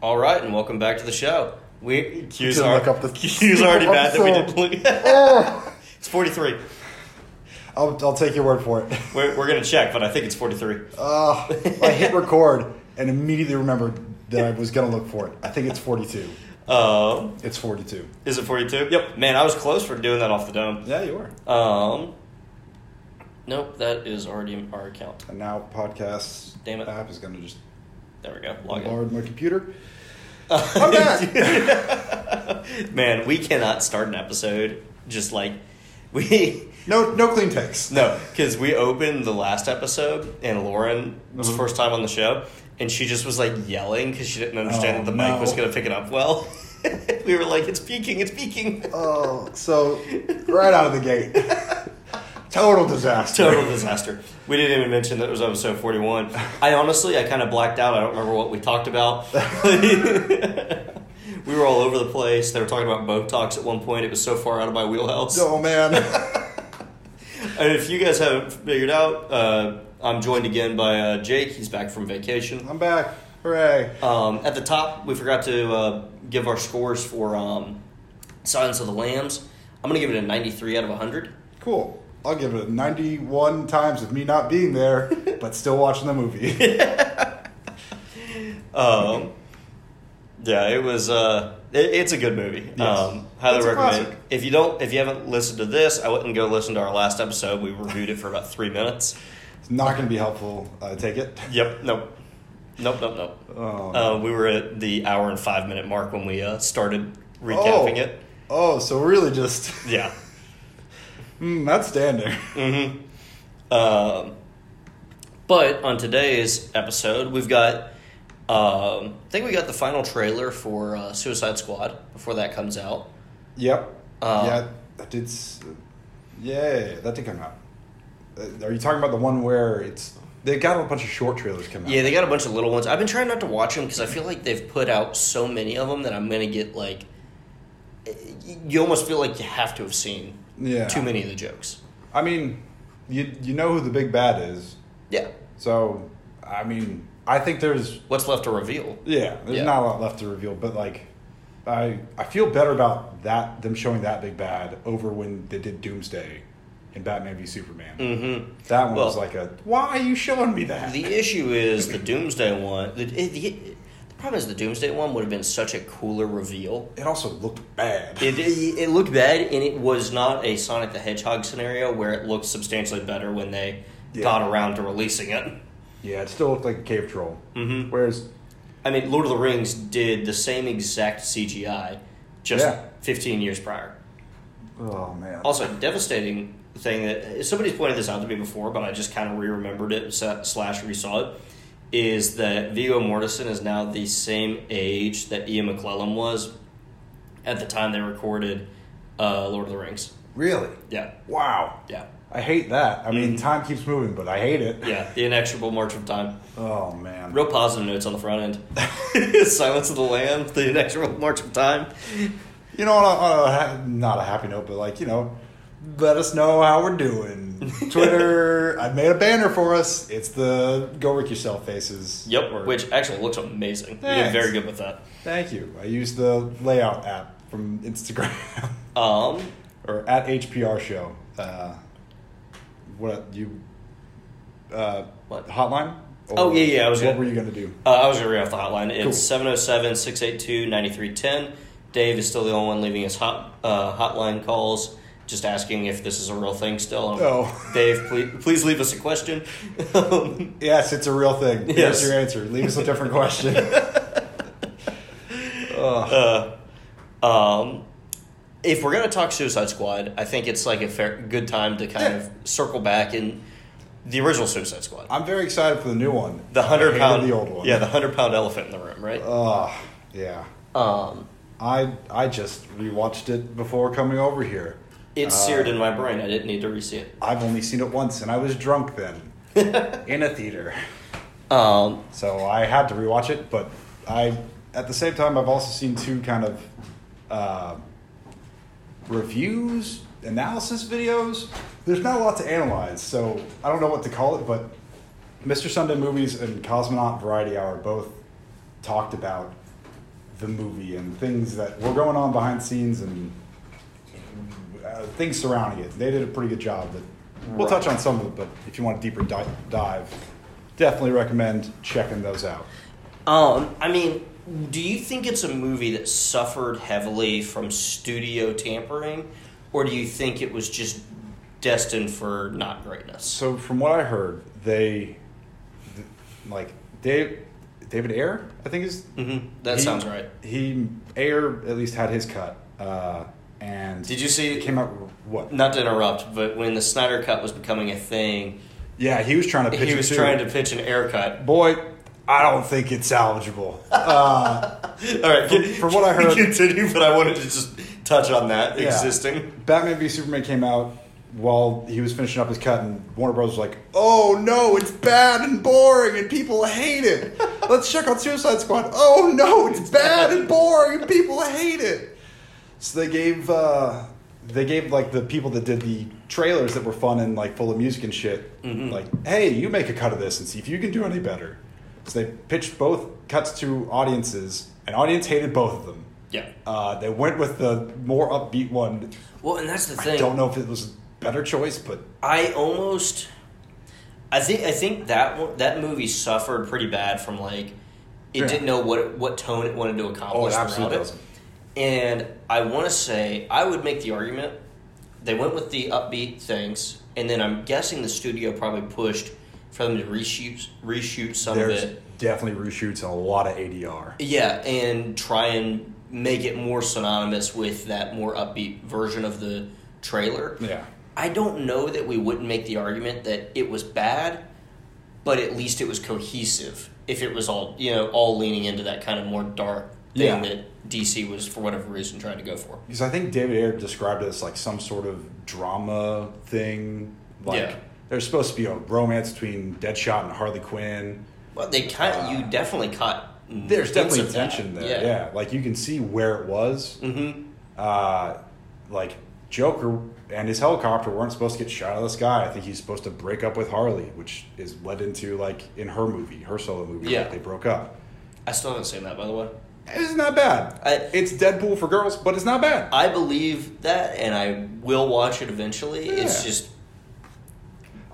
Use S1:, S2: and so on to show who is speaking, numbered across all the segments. S1: All right, and welcome back to the show. We Q's,
S2: Didn't
S1: are,
S2: look up the
S1: Q's already bad that we didn't believe.
S2: Oh,
S1: it's 43.
S2: I'll, I'll take your word for it.
S1: We're, we're going to check, but I think it's 43.
S2: Uh, I hit record and immediately remembered that I was going to look for it. I think it's 42.
S1: Um,
S2: It's 42.
S1: is it 42? Yep. Man, I was close for doing that off the dome.
S2: Yeah, you are.
S1: Um, nope, that is already in our account.
S2: And now podcast
S1: Damn it.
S2: app is going to just
S1: There we go. Log in.
S2: bombard my computer.
S1: I'm
S2: back.
S1: Man, we cannot start an episode just like we.
S2: No, no clean takes.
S1: No, because we opened the last episode and Lauren was
S2: Mhm.
S1: first time on the show, and she just was like yelling because she didn't understand
S2: Oh,
S1: that the mic
S2: no.
S1: was going to pick it up well. we were like, "It's peaking! It's peaking!"
S2: Oh, so right out of the gate, total disaster.
S1: Total disaster. We didn't even mention that it was episode forty-one. I honestly, I kind of blacked out. I don't remember what we talked about. we were all over the place. They were talking about Botox at one point. It was so far out of my wheelhouse.
S2: Oh man,
S1: And if you guys haven't figured out, uh, I'm joined again by uh, Jake. He's back from vacation.
S2: I'm back. Hooray!
S1: Um, at the top, we forgot to uh, give our scores for um, Silence of the Lambs. I'm going to give it a 93 out of 100.
S2: Cool. I'll give it 91 times of me not being there, but still watching the movie.
S1: Um, yeah, it was. Uh, it, it's a good movie.
S2: Yes.
S1: Um, highly
S2: It's a
S1: recommend.
S2: classic.
S1: If you don't, if you haven't listened to this, I wouldn't go listen to our last episode. We reviewed it for about three minutes.
S2: It's not going to be helpful. I take it.
S1: Yep. Nope. Nope. Nope. Nope.
S2: Um,
S1: Uh, we were at the hour and five minute mark when we uh, started recapping
S2: oh,
S1: it.
S2: Oh, so really just
S1: Yeah.
S2: mm, that's standard.
S1: Mm-hmm. Um, but on today's episode, we've got. Um, I think we got the final trailer for uh, Suicide Squad before that comes out.
S2: Yep.
S1: Um,
S2: yeah, that did. s- Yeah, that did come out. Uh, Are you talking about the one where it's they got a bunch of short trailers coming out?
S1: Yeah, they got a bunch of little ones. I've been trying not to watch them because I feel like they've put out so many of them that I'm gonna get like. You almost feel like you have to have seen
S2: Yeah.
S1: too many of the jokes.
S2: I mean, you you know who the big bad is,
S1: Yeah,
S2: so I mean, I think there's
S1: what's left to reveal?
S2: yeah, there's
S1: Yeah.
S2: not a lot left to reveal, but like, I I feel better about that them showing that big bad over when they did Doomsday in Batman v Superman.
S1: Mm-hmm.
S2: That one
S1: Well-
S2: was like a why are you showing me that?
S1: The issue is the Doomsday one. The, the, the problem is the Doomsday one would have been such a cooler reveal.
S2: it also looked bad.
S1: It, it, it looked bad, and it was not a Sonic the Hedgehog scenario where it looked substantially better when they
S2: Yeah.
S1: got around to releasing it.
S2: yeah, it still looked like a cave troll.
S1: Mhm.
S2: Whereas
S1: I mean, Lord of the Rings did the same exact CGI just
S2: Yeah.
S1: 15 years prior.
S2: oh man,
S1: Also, devastating thing that somebody's pointed this out to me before, but I just kind of re remembered it sa- slash resaw it is that Vigo Mortensen is now the same age that Ian McClellan was at the time they recorded uh, Lord of the Rings.
S2: really
S1: Yeah,
S2: wow.
S1: yeah,
S2: I hate that. I mean, time keeps moving, but I hate it.
S1: Mm-hmm. yeah. The inexorable march of time.
S2: Oh man.
S1: Real positive notes on the front end. Silence of the Lambs, the inexorable march of time.
S2: You know, on a, on a, ha- not a happy note, but like, you know, let us know how we're doing. Twitter, I made a banner for us. It's the go work yourself faces.
S1: Yep,
S2: Or-
S1: which actually looks amazing. You did
S2: Thanks.
S1: very good with that.
S2: Thank you. I used the layout app from Instagram
S1: Um,
S2: or at HPR show. Uh, what you, uh,
S1: What?
S2: hotline?
S1: Oh, yeah, yeah, I was
S2: What
S1: gonna-
S2: were you going to do?
S1: uh, I was going to read off the hotline.
S2: Cool.
S1: It's 707 682 9310. Dave is still the only one leaving his hot, uh, hotline calls, just asking if this is a real thing still. Um,
S2: Oh.
S1: Dave, please, please leave us a question. Um,
S2: Yes, it's a real thing.
S1: Yes.
S2: Here's your answer. Leave us a different question. Ugh.
S1: uh, um, if we're going to talk Suicide Squad, I think it's like a fair, good time to kind
S2: Yeah.
S1: of circle back in the original Suicide Squad.
S2: I'm very excited for the new one.
S1: The
S2: I
S1: hundred
S2: hated
S1: pound,
S2: the old one. Uh,
S1: yeah, the hundred pound elephant in the room, right?
S2: Ugh, yeah.
S1: Um,
S2: I I just rewatched it before coming over here. uh,
S1: it's seared in my brain. I didn't need to re-see it.
S2: I've only seen it once, and I was drunk then, in a theater.
S1: Um,
S2: So I had to rewatch it. But I, at the same time, I've also seen two kind of uh, reviews, analysis videos. There's not a lot to analyze, so I don't know what to call it. But Mr. Sunday Movies and Cosmonaut Variety Hour both talked about the movie and things that were going on behind the scenes and uh, things surrounding it. They did a pretty good job. That we'll touch on some of it, but if you want a deeper di- dive, definitely recommend checking those out.
S1: Um, I mean, do you think it's a movie that suffered heavily from studio tampering, or do you think it was just destined for not greatness?
S2: So from what I heard, they th- like Dave David Ayer, I think is
S1: Mm-hmm. That
S2: he-
S1: sounds right.
S2: He Ayer at least had his cut, uh, and
S1: Did you see-
S2: it came out what?
S1: Not to interrupt, but when the Snyder Cut was becoming a thing,
S2: Yeah, he was trying to pitch.
S1: he
S2: it
S1: was
S2: too.
S1: trying to pitch an air cut.
S2: Boy, I don't think it's salvageable. Uh,
S1: All right,
S2: From-
S1: con-
S2: from what I heard-
S1: continue. But I wanted to just touch on that
S2: Yeah.
S1: existing.
S2: Batman v Superman came out while he was finishing up his cut, and Warner Bros. was like, "Oh no, it's bad and boring, and people hate it. Let's check on Suicide Squad. Oh no, it's bad and boring, and people hate it." So they gave uh, they gave like the people that did the trailers that were fun and like full of music and shit, like, "Hey, you make a cut of this and see if you can do any better." So they pitched both cuts to audiences, and audience hated both of them.
S1: Yeah.
S2: Uh, they went with the more upbeat one
S1: Well, and that's the thing.
S2: I don't know if it was a better choice, but
S1: I almost, I think I think that one- that movie suffered pretty bad from like it
S2: Yeah.
S1: didn't know what what tone it wanted to accomplish
S2: Oh, absolutely
S1: throughout it.
S2: doesn't.
S1: And I want to say I would make the argument they went with the upbeat things, and then I'm guessing the studio probably pushed for them to reshoot reshoot some
S2: there's
S1: of it.
S2: definitely reshoots and a lot of ADR.
S1: Yeah, and try and make it more synonymous with that more upbeat version of the trailer.
S2: Yeah.
S1: I don't know that we wouldn't make the argument that it was bad, but at least it was cohesive. If it was all you know, all leaning into that kind of more dark thing
S2: Yeah.
S1: that DC was for whatever reason trying to go for.
S2: Because I think David Ayer described it as like some sort of drama thing. Like
S1: Yeah.
S2: there's supposed to be a romance between Deadshot and Harley Quinn.
S1: But they kind you definitely caught.
S2: Uh, There's
S1: hints
S2: definitely
S1: of that.
S2: tension there. Yeah. Like you can see where it was.
S1: Mhm.
S2: Uh, like Joker and his helicopter weren't supposed to get shot out of the sky. I think he's supposed to break up with Harley, which is led into like in her movie, her solo movie. like,
S1: Yeah.
S2: they broke up.
S1: I still haven't seen that by the way.
S2: It's not bad.
S1: I-
S2: it's Deadpool for girls, but it's not bad.
S1: I believe that, and I will watch it eventually. It's
S2: Yeah.
S1: just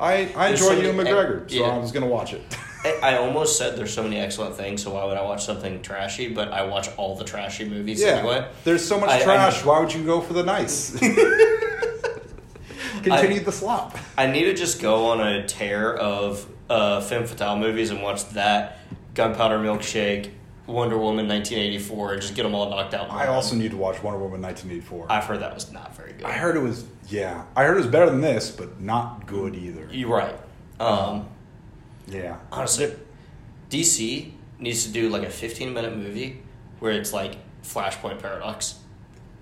S2: I, I
S1: There's
S2: enjoy
S1: so
S2: Ewan
S1: many-
S2: McGregor, so
S1: yeah.
S2: I was going to watch it.
S1: I I almost said there's so many excellent things, so why would I watch something trashy? But I watch all the trashy movies
S2: yeah.
S1: anyway.
S2: There's so much
S1: I- I-
S2: trash. Why would you go for the nice? Continue the slop.
S1: I need to just go on a tear of uh, femme fatale movies and watch that Gunpowder Milkshake, Wonder Woman, 1984, and just get them all knocked out. in
S2: I
S1: one.
S2: also need to watch Wonder Woman 1984. I,
S1: I've heard that was not very good.
S2: heard it was, yeah. I heard it was better than this, but not good either.
S1: You're right. Um,
S2: Yeah.
S1: honestly, DC needs to do like a 15 minute movie where it's like Flashpoint Paradox,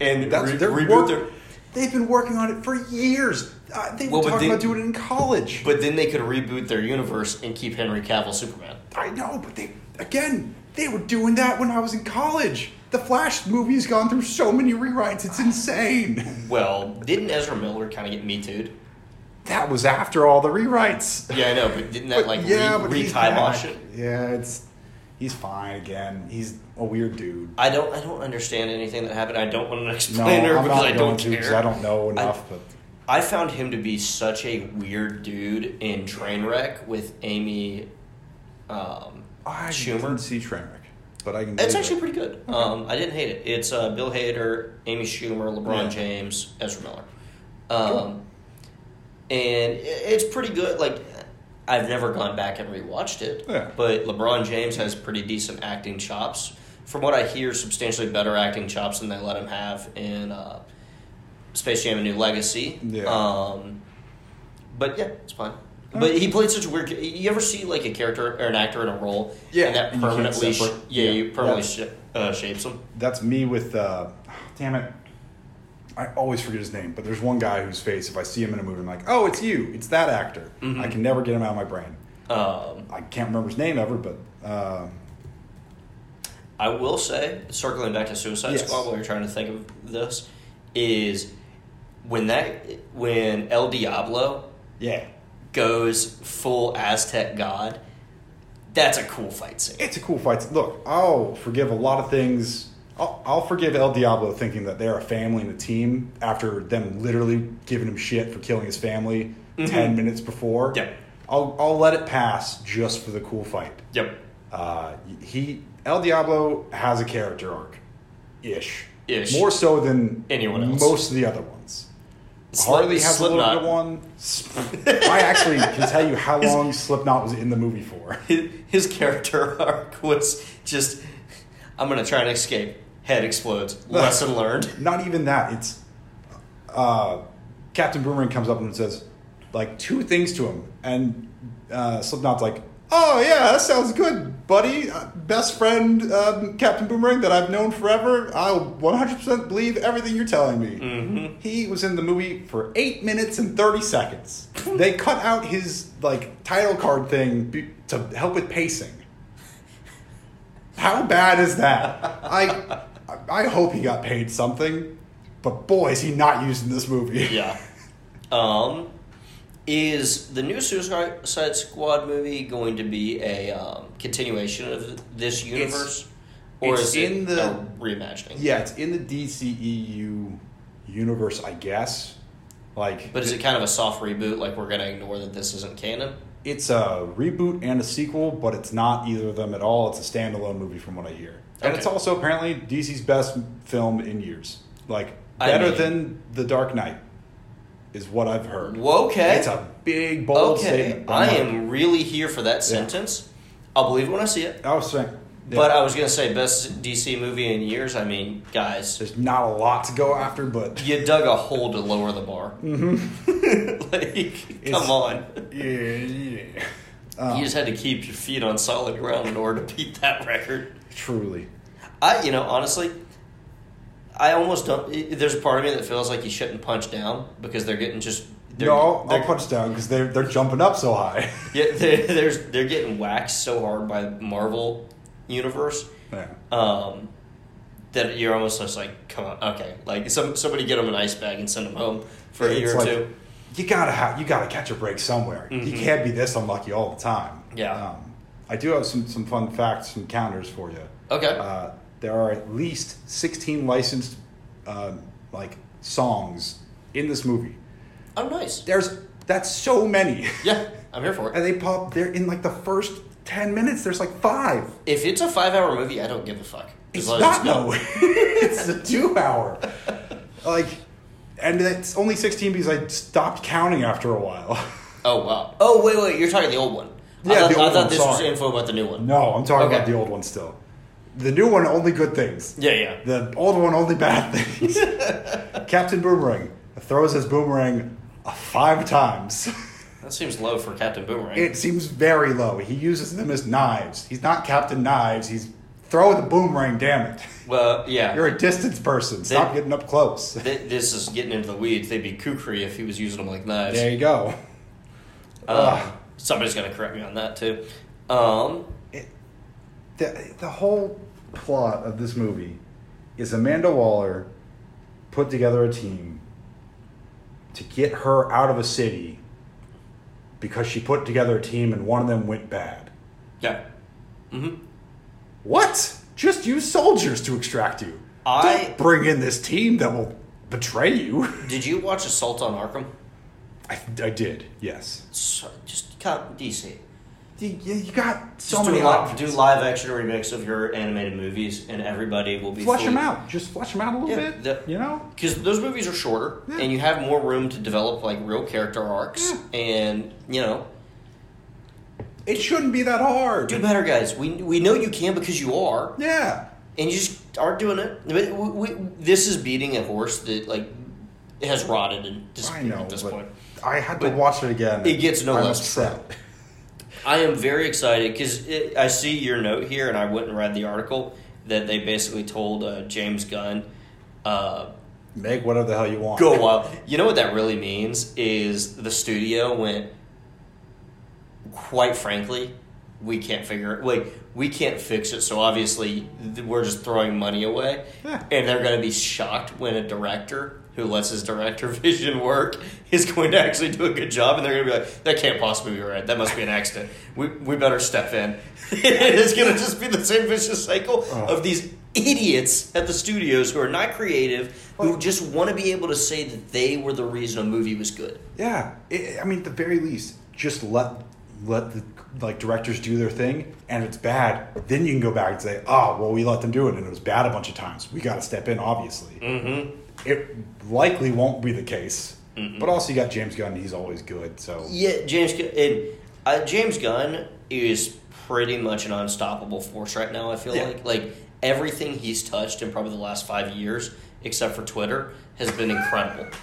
S1: and
S2: That's,
S1: re-
S2: they're
S1: reboot
S2: work-
S1: their.
S2: They've been working on it for years. Uh, they were
S1: Well, but
S2: talking
S1: they-
S2: about doing it in college.
S1: But then they could reboot their universe and keep Henry Cavill Superman.
S2: I know, but they again, they were doing that when I was in college. The Flash movie's gone through so many rewrites, it's insane.
S1: Well, didn't Ezra Miller kind of get Me Too'd?
S2: That was after all the rewrites.
S1: Yeah, I know, but didn't that
S2: But
S1: like
S2: but
S1: re-
S2: he's
S1: re-kibosh
S2: back.
S1: it?
S2: Yeah, it's he's fine again. He's a weird dude.
S1: I don't. I don't understand anything that happened. I don't want an
S2: No,
S1: explainer
S2: I'm
S1: because
S2: not
S1: I
S2: going
S1: don't
S2: to because
S1: care.
S2: I don't know enough. but
S1: I found him to be such a weird dude in Trainwreck with Amy. Um,
S2: I
S1: Schumer?
S2: didn't see Trainwreck, but I can.
S1: it's
S2: believe
S1: actually
S2: it.
S1: pretty good. Um, I didn't hate it. It's uh, Bill Hader, Amy Schumer, LeBron
S2: Yeah.
S1: James, Ezra Miller, um, and i- it's pretty good. Like I've never gone back and rewatched it,
S2: Yeah.
S1: but LeBron James has pretty decent acting chops. From what I hear, substantially better acting chops than they let him have in uh, Space Jam: A New Legacy.
S2: Yeah.
S1: Um, but yeah, it's fine. But
S2: Alright.
S1: he played such a weird. You ever see like a character or an actor in a role,
S2: Yeah,
S1: and that
S2: and you can't
S1: permanently, sh-
S2: separate-
S1: yeah,
S2: yeah.
S1: you permanently
S2: That's-
S1: sh- uh, shapes them.
S2: That's me with. Uh, damn it. I always forget his name, but there's one guy whose face, if I see him in a movie, I'm like, oh, it's you. It's that actor. I can never get him out of my brain.
S1: Um,
S2: I can't remember his name ever, but uh,
S1: I will say, circling back to Suicide
S2: Yes.
S1: Squad, while you're trying to think of this, is when that when El Diablo
S2: yeah,
S1: goes full Aztec god, that's a cool fight scene.
S2: it's a cool fight. Look, I'll forgive a lot of things I'll, I'll forgive El Diablo thinking that they're a family and a team after them literally giving him shit for killing his family ten minutes before.
S1: Yep.
S2: I'll I'll let it pass just for the cool fight.
S1: Yep.
S2: Uh, he El Diablo has a character arc, ish.
S1: Ish.
S2: More so than
S1: Anyone else.
S2: Most of the other ones.
S1: Slip-
S2: Harley has a little bit of one. I actually can tell you how long Slipknot was in the movie for.
S1: his, his character arc was just I'm gonna try and escape. Head explodes. Lesson learned.
S2: Not even that. It's uh, Captain Boomerang comes up and says like two things to him, and uh, Slipknot's like, "Oh yeah, that sounds good, buddy. Uh, Best friend, um, Captain Boomerang that I've known forever. I'll 100 percent believe everything you're telling me."
S1: Mm-hmm.
S2: He was in the movie for eight minutes and thirty seconds. they cut out his like title card thing be- to help with pacing. How bad is that? I I hope he got paid something, but boy, is he not used in this movie.
S1: Yeah. Um, is the new Suicide Squad movie going to be a um, continuation of this universe, or
S2: it's
S1: is it
S2: in the-
S1: a reimagining?
S2: Yeah, it's in the DCEU universe, I guess. Like,
S1: But is it kind of a soft reboot? Like we're gonna ignore that this isn't canon?
S2: it's a reboot and a sequel, but it's not either of them at all. It's a standalone movie, from what I hear, and
S1: Okay.
S2: it's also apparently DC's best film in years. Like
S1: I
S2: better
S1: mean-
S2: than The Dark Knight, is what I've heard.
S1: Okay.
S2: it's a big bold
S1: okay.
S2: statement. but
S1: I
S2: I'm like,
S1: am really here for that sentence. I'll believe it when I see it.
S2: I was saying,
S1: But
S2: yeah,
S1: I was gonna say best DC movie in years. I mean, guys,
S2: there's not a lot to go after, but
S1: you dug a hole to lower the bar. Mm-hmm. like,
S2: It's-
S1: come on.
S2: yeah, yeah.
S1: you just had to keep your feet on solid ground in order to beat that record.
S2: truly.
S1: I, you know, honestly, I almost don't. i- There's a part of me that feels like you shouldn't punch down because they're getting just. They're,
S2: no, I'll,
S1: they're,
S2: I'll punch down because they're they're jumping up so high.
S1: Yeah, they're, there's they're getting waxed so hard by Marvel universe
S2: yeah.
S1: um, that you're almost just like, come on, okay, like some somebody get them an ice bag and send them home for a
S2: It's
S1: year or
S2: like, Mm-hmm.
S1: two.
S2: You gotta have, you gotta catch a break somewhere. You
S1: Mhm.
S2: can't be this unlucky all the time.
S1: Yeah.
S2: Um, I do have some some fun facts, some counters for you.
S1: Okay.
S2: Uh, there are at least sixteen licensed um, like songs in this movie.
S1: oh, nice.
S2: There's that's so many,
S1: Yeah, I'm here for it.
S2: and they pop. They're in like the first ten minutes. There's like five.
S1: If it's a five-hour movie, I don't give a fuck.
S2: It's
S1: As long as
S2: not
S1: done.
S2: no. it's a two hour. Like, and it's only sixteen because I stopped counting after a while.
S1: Oh wow. Oh wait, wait. You're talking the old one.
S2: Yeah,
S1: I thought,
S2: the old
S1: I thought
S2: one,
S1: this was
S2: sorry.
S1: info about the new one.
S2: No, I'm talking about
S1: Okay.
S2: the old one still. The new one, only good things.
S1: Yeah, yeah.
S2: The old one, only bad things. Captain Boomerang throws his boomerang five times.
S1: That seems low for Captain Boomerang.
S2: It seems very low. He uses them as knives. He's not Captain Knives. He's throw the boomerang, damn it.
S1: well, yeah.
S2: You're a distance person. Stop
S1: They-
S2: getting up close.
S1: Th- this is getting into the weeds. They'd be kukri if he was using them like knives.
S2: There you go.
S1: Uh, somebody's gonna correct me on that too. Um,
S2: it, the, the whole plot of this movie is Amanda Waller put together a team to get her out of a city because she put together a team and one of them went bad.
S1: yeah. Mm-hmm.
S2: What? Just use soldiers to extract you.
S1: I-
S2: Don't bring in this team that will betray you.
S1: Did you watch Assault on Arkham?
S2: I, I did, yes.
S1: So, just cut DC.
S2: You, you got so
S1: Just do,
S2: many
S1: li-
S2: options.
S1: do live action remix of your animated movies, and everybody will be
S2: Flesh them
S1: fully-
S2: out. Just flesh them out a little
S1: Yeah,
S2: bit.
S1: the-
S2: you know?
S1: because those movies are shorter
S2: Yeah.
S1: and you have more room to develop like real character arcs
S2: Yeah.
S1: and you know
S2: It shouldn't be that hard.
S1: do better guys we, we know you can because you are
S2: Yeah.
S1: and you just aren't doing it but we, we, this is beating a horse that like has rotted and
S2: I
S1: disappeared
S2: know,
S1: at this
S2: but
S1: point
S2: I had
S1: But
S2: to watch it again.
S1: it gets no
S2: I'm
S1: less
S2: upset.
S1: i am very excited because i see your note here and i went and read the article that they basically told uh, james gunn uh,
S2: Make whatever the hell you want.
S1: go wild. You know what that really means is the studio went. Quite frankly, we can't figure it. Like we can't fix it. So obviously, th- we're just throwing money away,
S2: Yeah.
S1: and they're going to be shocked when a director who lets his director vision work is going to actually do a good job, and they're going to be like, "That can't possibly be right. That must be an accident. We we better step in." it's going to just be the same vicious cycle
S2: Ugh.
S1: of these idiots at the studios who are not creative, who just want to be able to say that they were the reason a movie was good.
S2: Yeah, I I mean, at the very least, just let let the like directors do their thing, and if it's bad, then you can go back and say, "Oh, well, we let them do it, and it was bad a bunch of times. We got to step in." Obviously,
S1: Mm-hmm.
S2: it likely won't be the case. But also, you got James Gunn; he's always good. So
S1: Yeah, James Gunn. And, uh, James Gunn is pretty much an unstoppable force right now. I feel
S2: Yeah.
S1: like like everything he's touched in probably the last five years, except for Twitter, has been incredible.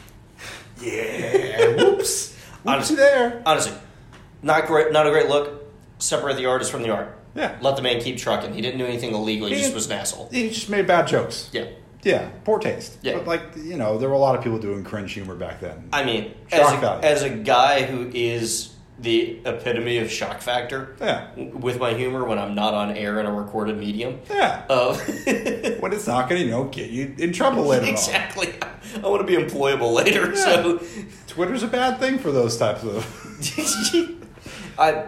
S2: yeah, whoops,
S1: Honestly.
S2: honestly, there.
S1: Honestly, not great. Not a great look. Separate the artist from the art.
S2: Yeah,
S1: Let the man keep trucking. He didn't do anything illegal. He
S2: He
S1: just
S2: didn't-
S1: was an asshole.
S2: he just made bad jokes.
S1: Yeah.
S2: Yeah, poor taste.
S1: Yeah.
S2: but like you know, there were a lot of people doing cringe humor back then.
S1: I mean,
S2: Shock
S1: as, a,
S2: value.
S1: as a guy who is the epitome of shock factor
S2: yeah,
S1: w- with my humor when I'm not on air in a recorded medium,
S2: yeah.
S1: uh,
S2: When it's not gonna, you know, get you in trouble later on.
S1: exactly. I want to be employable later,
S2: Twitter's a bad thing for those types of.
S1: so I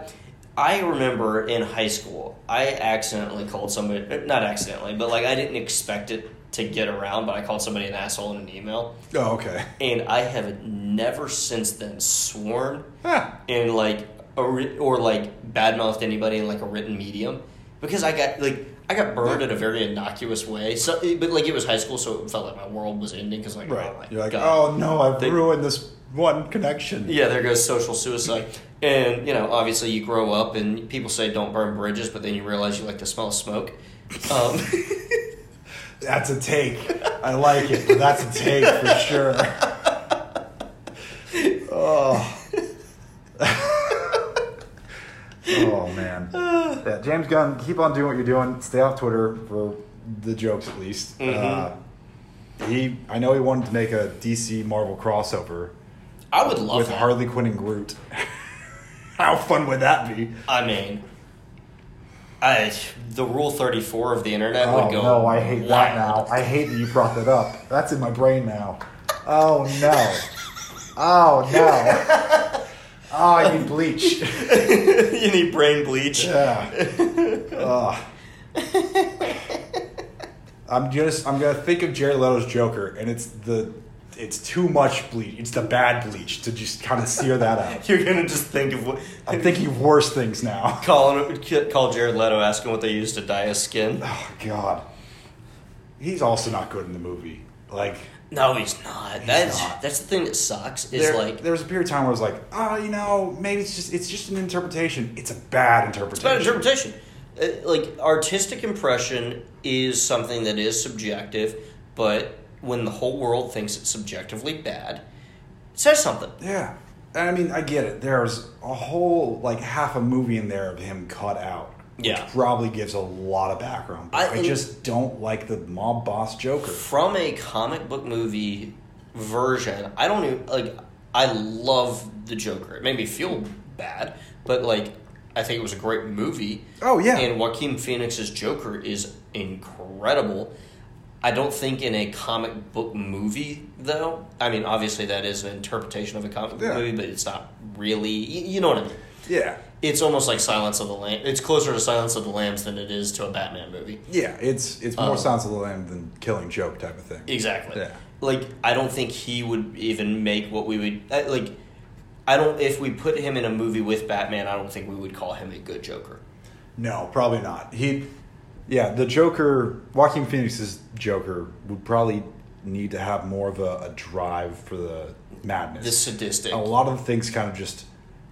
S1: I remember in high school I accidentally called somebody eh, not accidentally, but like I didn't expect it to get around, but I called somebody an asshole in an email,
S2: Oh, okay.
S1: and I have never since then sworn
S2: Ah,
S1: in like a ri- or like badmouthed anybody in like a written medium because I got like I got burned in a very innocuous way. So, but like it was high school, so it felt like my world was ending because like
S2: right.
S1: oh my
S2: You're like,
S1: God.
S2: oh no, I've
S1: They-
S2: ruined this one connection.
S1: yeah, there goes social suicide. And you know, obviously, you grow up and people say don't burn bridges, but then you realize you like the smell of smoke. Um,
S2: That's a take. I like it, but that's a take for sure. oh. oh man. Yeah, James Gunn, keep on doing what you're doing. Stay off Twitter for the jokes at least.
S1: Mhm.
S2: Uh, he, I know he wanted to make a DC Marvel crossover
S1: I would love
S2: with
S1: that.
S2: Harley Quinn and Groot. How fun would that be?
S1: I mean, I the rule thirty four of the internet
S2: Oh
S1: would go.
S2: no, I hate that now.
S1: wild.
S2: I hate that you brought that up. That's in my brain now. Oh no. Oh no. Oh, I need bleach.
S1: you need brain bleach.
S2: Yeah. Ugh. I'm just. I'm gonna think of Jared Leto's Joker, and it's the. It's too much bleach. It's the bad bleach to just kind of sear that out.
S1: You're gonna just think of what.
S2: I'm thinking of worse things now.
S1: Calling, call Jared Leto asking what they used to dye his skin.
S2: Oh God. He's also not good in the movie. Like.
S1: No, he's not. that's
S2: not.
S1: that's the thing that sucks. Is
S2: there,
S1: like
S2: there was a period of time where I was like, oh, you know, maybe it's just it's just an interpretation. It's a bad
S1: It's
S2: interpretation.
S1: about interpretation. Uh, Like artistic impression is something that is subjective, but when the whole world thinks it's subjectively bad, it says something.
S2: Yeah, And I mean, I get it. There's a whole like half a movie in there of him cut out. which
S1: Yeah.
S2: probably gives a lot of background.
S1: I
S2: But I,
S1: think-
S2: just don't like the mob boss Joker.
S1: From a comic book movie version, I don't even like. I love the Joker. It made me feel bad, but like, I think it was a great movie.
S2: Oh yeah,
S1: And Joaquin Phoenix's Joker is incredible. I don't think in a comic book movie, though. I mean, obviously that is an interpretation of a comic book
S2: Yeah.
S1: movie, but it's not really. You, you know what I mean?
S2: yeah,
S1: It's almost like Silence of the Lambs. It's closer to Silence of the Lambs than it is to a Batman movie.
S2: yeah. It's it's more
S1: Um,
S2: Silence of the Lamb than Killing Joke type of thing.
S1: Exactly.
S2: Yeah.
S1: Like I don't think he would even make what we would I- like. I don't. If we put him in a movie with Batman, I don't think we would call him a good Joker.
S2: No, probably not. He, yeah, the Joker, Joaquin Phoenix's Joker would probably need to have more of a, a drive for the madness.
S1: This sadistic.
S2: a lot of the things kind of just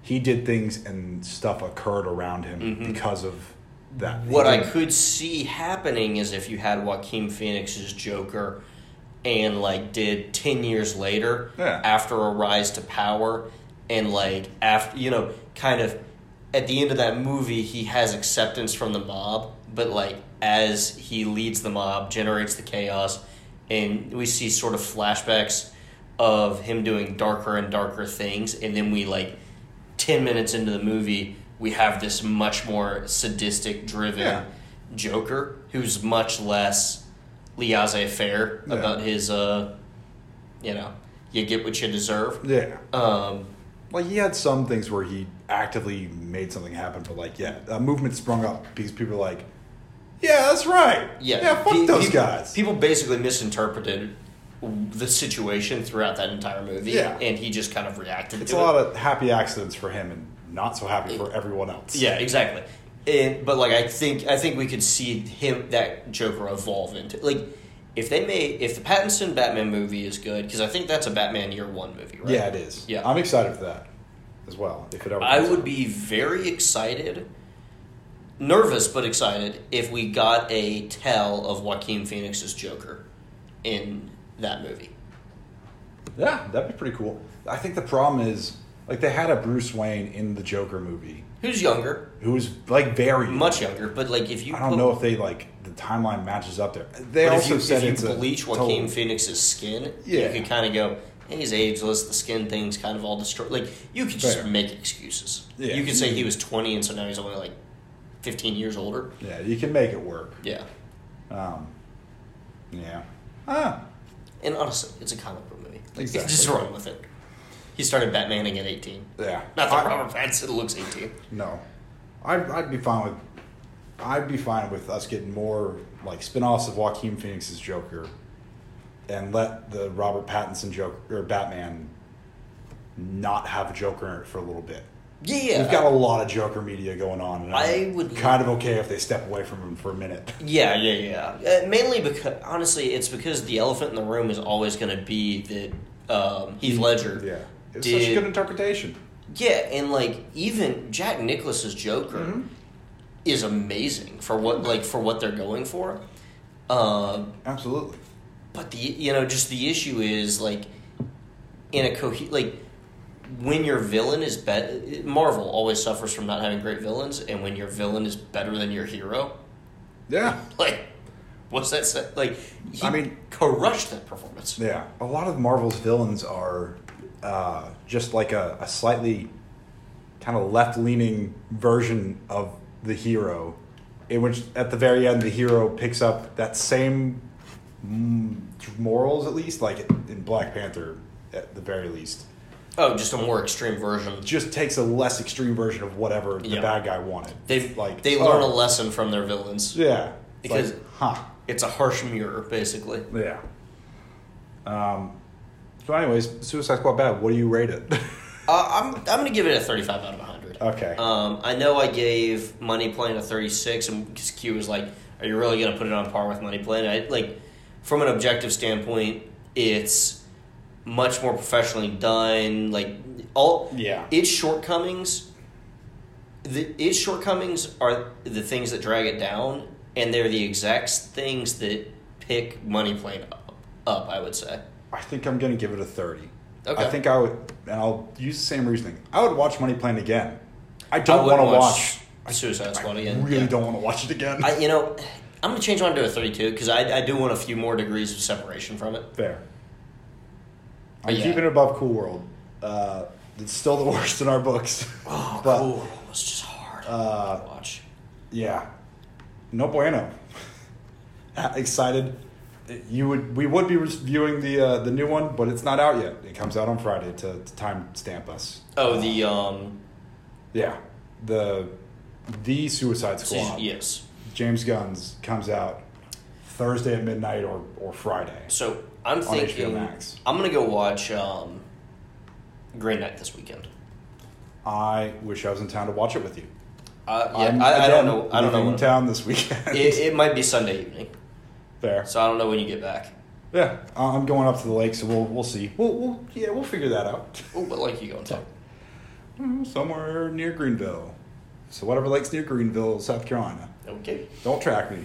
S2: he did things and stuff occurred around him because of that. He
S1: Mm-hmm. What I
S2: didn't-
S1: could see happening is if you had Joaquin Phoenix's Joker and like did 10 years later
S2: Yeah.
S1: after a rise to power and like after you know kind of at the end of that movie he has acceptance from the mob but like as he leads the mob generates the chaos and we see sort of flashbacks of him doing darker and darker things and then we like 10 minutes into the movie we have this much more sadistic driven
S2: Yeah.
S1: joker who's much less laissez-faire
S2: Yeah.
S1: about his uh you know you get what you deserve
S2: yeah,
S1: um
S2: like he had some things where he actively made something happen, but like yeah, a movement sprung up because people were like, Yeah, that's right.
S1: Yeah,
S2: Yeah, fuck
S1: pe-
S2: those
S1: pe-
S2: guys.
S1: People basically misinterpreted the situation throughout that entire movie,
S2: Yeah.
S1: and he just kind of reacted
S2: it's
S1: to
S2: a
S1: it.
S2: lot of happy accidents for him and not so happy for everyone else.
S1: yeah, exactly. And but like I think I think we could see him that Joker evolve into like if they made if the Pattinson Batman movie is good because I think that's a Batman Year One movie, right?
S2: Yeah, it is.
S1: Yeah.
S2: I'm excited for that as well. If it ever
S1: I
S2: comes
S1: would
S2: out.
S1: be very excited, nervous but excited if we got a tell of Joaquin Phoenix's Joker in that movie.
S2: Yeah, that'd be pretty cool. I think the problem is like they had a Bruce Wayne in the Joker movie
S1: Who's younger?
S2: who was like very
S1: Much younger, but like if you
S2: I don't
S1: put-
S2: know if they like the timeline matches up there. They
S1: but if
S2: also
S1: you,
S2: said
S1: if
S2: it's
S1: you
S2: a
S1: bleach
S2: total-
S1: Joaquin Phoenix's skin,
S2: Yeah.
S1: you could kind of go, hey, he's ageless. The skin thing's kind of all destroyed. Like you could just
S2: Fair.
S1: make excuses.
S2: Yeah.
S1: You could say he was twenty, and so now he's only like fifteen years older.
S2: Yeah, you can make it work.
S1: Yeah,
S2: Um, yeah. Ah,
S1: and honestly, it's a comic book movie. Like,
S2: Exactly.
S1: Just run with it. He started Batmaning at eighteen.
S2: yeah.
S1: Not that
S2: I-
S1: Robert Pattinson looks eighteen.
S2: No, I'd, I'd be fine with. I'd be fine with us getting more like spin-offs of Joaquin Phoenix's Joker, and let the Robert Pattinson Joker or Batman not have a Joker in it for a little bit.
S1: Yeah, yeah.
S2: We've got a lot of Joker media going on, and
S1: I
S2: I'm
S1: would-
S2: kind of okay if they step away from him for a minute.
S1: Yeah, yeah, yeah. Uh, mainly because honestly, it's because the elephant in the room is always going to be that um, Heath Ledger.
S2: Yeah, it was such a
S1: did-
S2: good interpretation.
S1: yeah, and like even Jack Nicklaus's Joker
S2: Mhm.
S1: is amazing for what like for what they're going for. Uh,
S2: Absolutely.
S1: but the you know just the issue is like in a cohe like when your villain is better, Marvel always suffers from not having great villains, and when your villain is better than your hero,
S2: Yeah,
S1: like what's that say? like he
S2: I mean-
S1: crushed that performance
S2: yeah. A lot of Marvel's villains are uh, just like a, a slightly kind of left-leaning version of the hero, in which at the very end the hero picks up that same mm, morals, at least, like in Black Panther, at the very least.
S1: oh just a more extreme version
S2: Just takes a less extreme version of whatever the
S1: Yeah.
S2: bad guy wanted.
S1: they
S2: like
S1: like they learn a
S2: oh,
S1: lesson from their villains
S2: Yeah, It's like,
S1: Because-
S2: huh.
S1: it's a harsh mirror basically
S2: Yeah. Um, so, anyways, Suicide Squad bad. What do you rate it?
S1: uh, i'm i'm gonna give it a 35 out of 100
S2: okay.
S1: um i know i gave money Plane a 36 and because q was like are you really gonna put it on par with money Plane?" i like from an objective standpoint it's much more professionally done like all
S2: yeah.
S1: its shortcomings the, its shortcomings are the things that drag it down and they're the exact things that pick money plane up, up i would say
S2: I think I'm gonna give it a thirty.
S1: Okay.
S2: I think I would, and I'll use the same reasoning. I would watch Money Plane again. I don't want to
S1: wouldn't
S2: watch.
S1: suicide squad
S2: I
S1: again
S2: really
S1: yeah.
S2: don't want to watch it again.
S1: I, you know i'm going to change mine to a 32 because I, I do want a few more degrees of separation from it
S2: Fair.
S1: But
S2: I'm
S1: yeah.
S2: keeping it above Cool World. Uh, it's still the worst in our books.
S1: oh
S2: But-
S1: cool it was just hard
S2: Uh,
S1: to watch
S2: Yeah. No bueno. Uh, Excited. You would we would be reviewing the uh, the new one, but it's not out yet. It comes out on Friday to, to time stamp us.
S1: oh the um
S2: Yeah. The the Suicide Squad.
S1: yes
S2: James Gunn's comes out Thursday at midnight or, or Friday.
S1: so i'm
S2: HBO
S1: thinking
S2: Max.
S1: i'm going to go watch um green knight this weekend
S2: I wish I was in town to watch it with you.
S1: Uh, yeah,
S2: I'm,
S1: I, I
S2: again,
S1: don't know. I don't know.
S2: leaving
S1: When,
S2: town this weekend.
S1: it, it might be Sunday evening,
S2: Fair.
S1: so I don't know when you get back.
S2: Yeah, I- I'm going up to the lake, so we'll we'll see. We'll, we'll yeah we'll figure that out.
S1: Ooh, but like you go and talk.
S2: Mm, Somewhere near Greenville. So whatever lake's near Greenville, South Carolina.
S1: Okay.
S2: Don't track me.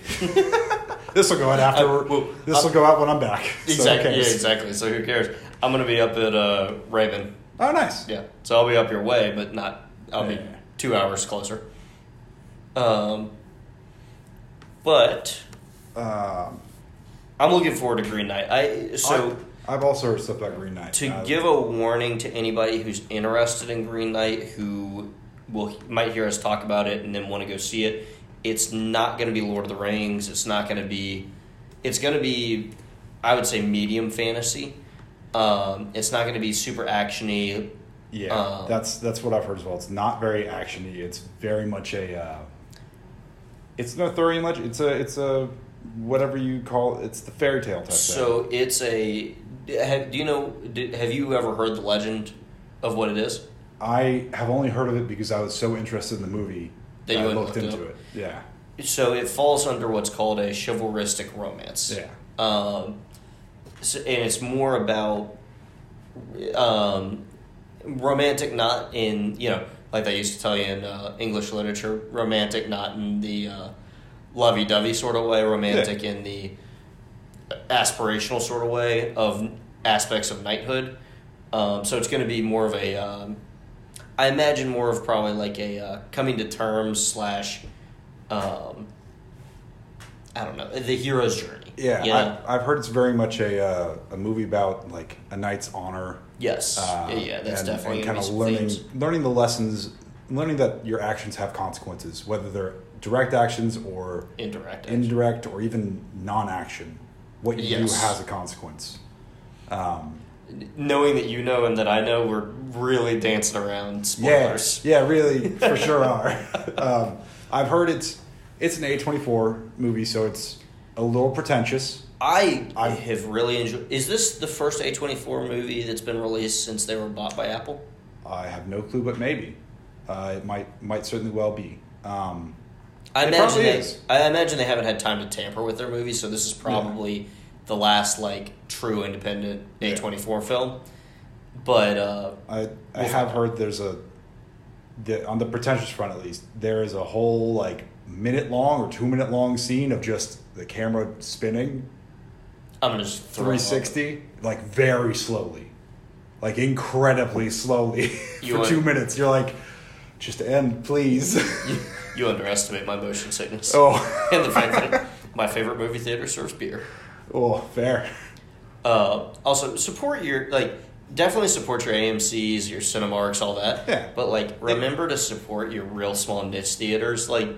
S2: this will go out after.
S1: I- Uh, well,
S2: this will
S1: I-
S2: go out when I'm back. So,
S1: Exactly.
S2: okay.
S1: yeah, exactly. So who cares? I'm gonna be up at uh, Raven.
S2: Oh, nice.
S1: Yeah. So I'll be up your way, but not. I'll be
S2: Yeah.
S1: two hours closer. Um. But
S2: Um,
S1: I'm looking forward to Green Knight. I so.
S2: I, have also heard stuff about Green Knight. Uh,
S1: to
S2: I-
S1: give a warning to anybody who's interested in Green Knight who will might hear us talk about it and then want to go see it. It's not going to be Lord of the Rings. It's not going to be. It's going to be, I would say, medium fantasy. Um, it's not going to be super actiony.
S2: yeah,
S1: uh,
S2: that's that's what I've heard as well. It's not very actiony. It's very much a. Uh, It's an Arthurian legend. It's a it's a whatever you call it. it's the fairy tale type
S1: So it's a. Have, do you know? Did, have you ever heard the legend of what it is?
S2: thing. I have only heard of it because I was so interested in the movie
S1: That you
S2: I
S1: went and
S2: looked
S1: looked it
S2: into
S1: up.
S2: it. Yeah,
S1: So it falls under what's called a chivalristic romance.
S2: yeah.
S1: Um, so, and it's more about um, romantic, not in you know, like they used to tell you in uh, English literature, romantic, not in the uh, lovey-dovey sort of way, romantic in the aspirational sort of way of aspects of knighthood. Um, so it's going to be more of a, um, I imagine more of probably like a uh, coming to terms slash, um, I don't know, the hero's journey.
S2: Yeah,
S1: you know?
S2: I, I've heard it's very much a uh, a movie about like a knight's honor.
S1: yes.
S2: Uh,
S1: yeah, yeah, that's
S2: and,
S1: definitely
S2: and
S1: gonna
S2: kind
S1: be
S2: of
S1: some
S2: learning
S1: themes.
S2: learning the lessons, learning that your actions have consequences, whether they're direct actions or
S1: indirect. action.
S2: indirect or even non-action. What you do
S1: Yes.
S2: has a consequence. Um,
S1: Knowing that you know and that I know, we're really dancing around
S2: yeah,
S1: spoilers.
S2: yeah, really, for sure are. Um, I've heard it's it's an A twenty four movie, so it's a little pretentious.
S1: I
S2: I-
S1: have really enjoyed. Is this the first A twenty four movie that's been released since they were bought by Apple?
S2: I have no clue, but maybe uh, it might might certainly well be. Um,
S1: I
S2: It
S1: imagine
S2: probably
S1: they,
S2: is.
S1: I imagine they haven't had time to tamper with their movies, so this is probably the last like true independent
S2: Yeah.
S1: A twenty four film. But uh,
S2: I I have heard there's a the, on the pretentious front at least there is a whole like minute long or two minute long scene of just the camera spinning
S1: I'm gonna just throw it up.
S2: 360 like very slowly like incredibly slowly
S1: You
S2: for
S1: want-
S2: two minutes you're like just end please
S1: You, you underestimate my motion sickness.
S2: oh
S1: and the fact that my favorite movie theater serves beer.
S2: oh fair
S1: Uh, also, support your like definitely support your AMC's, your Cinemarks, all that.
S2: Yeah.
S1: But like, remember to support your real small niche theaters. Like,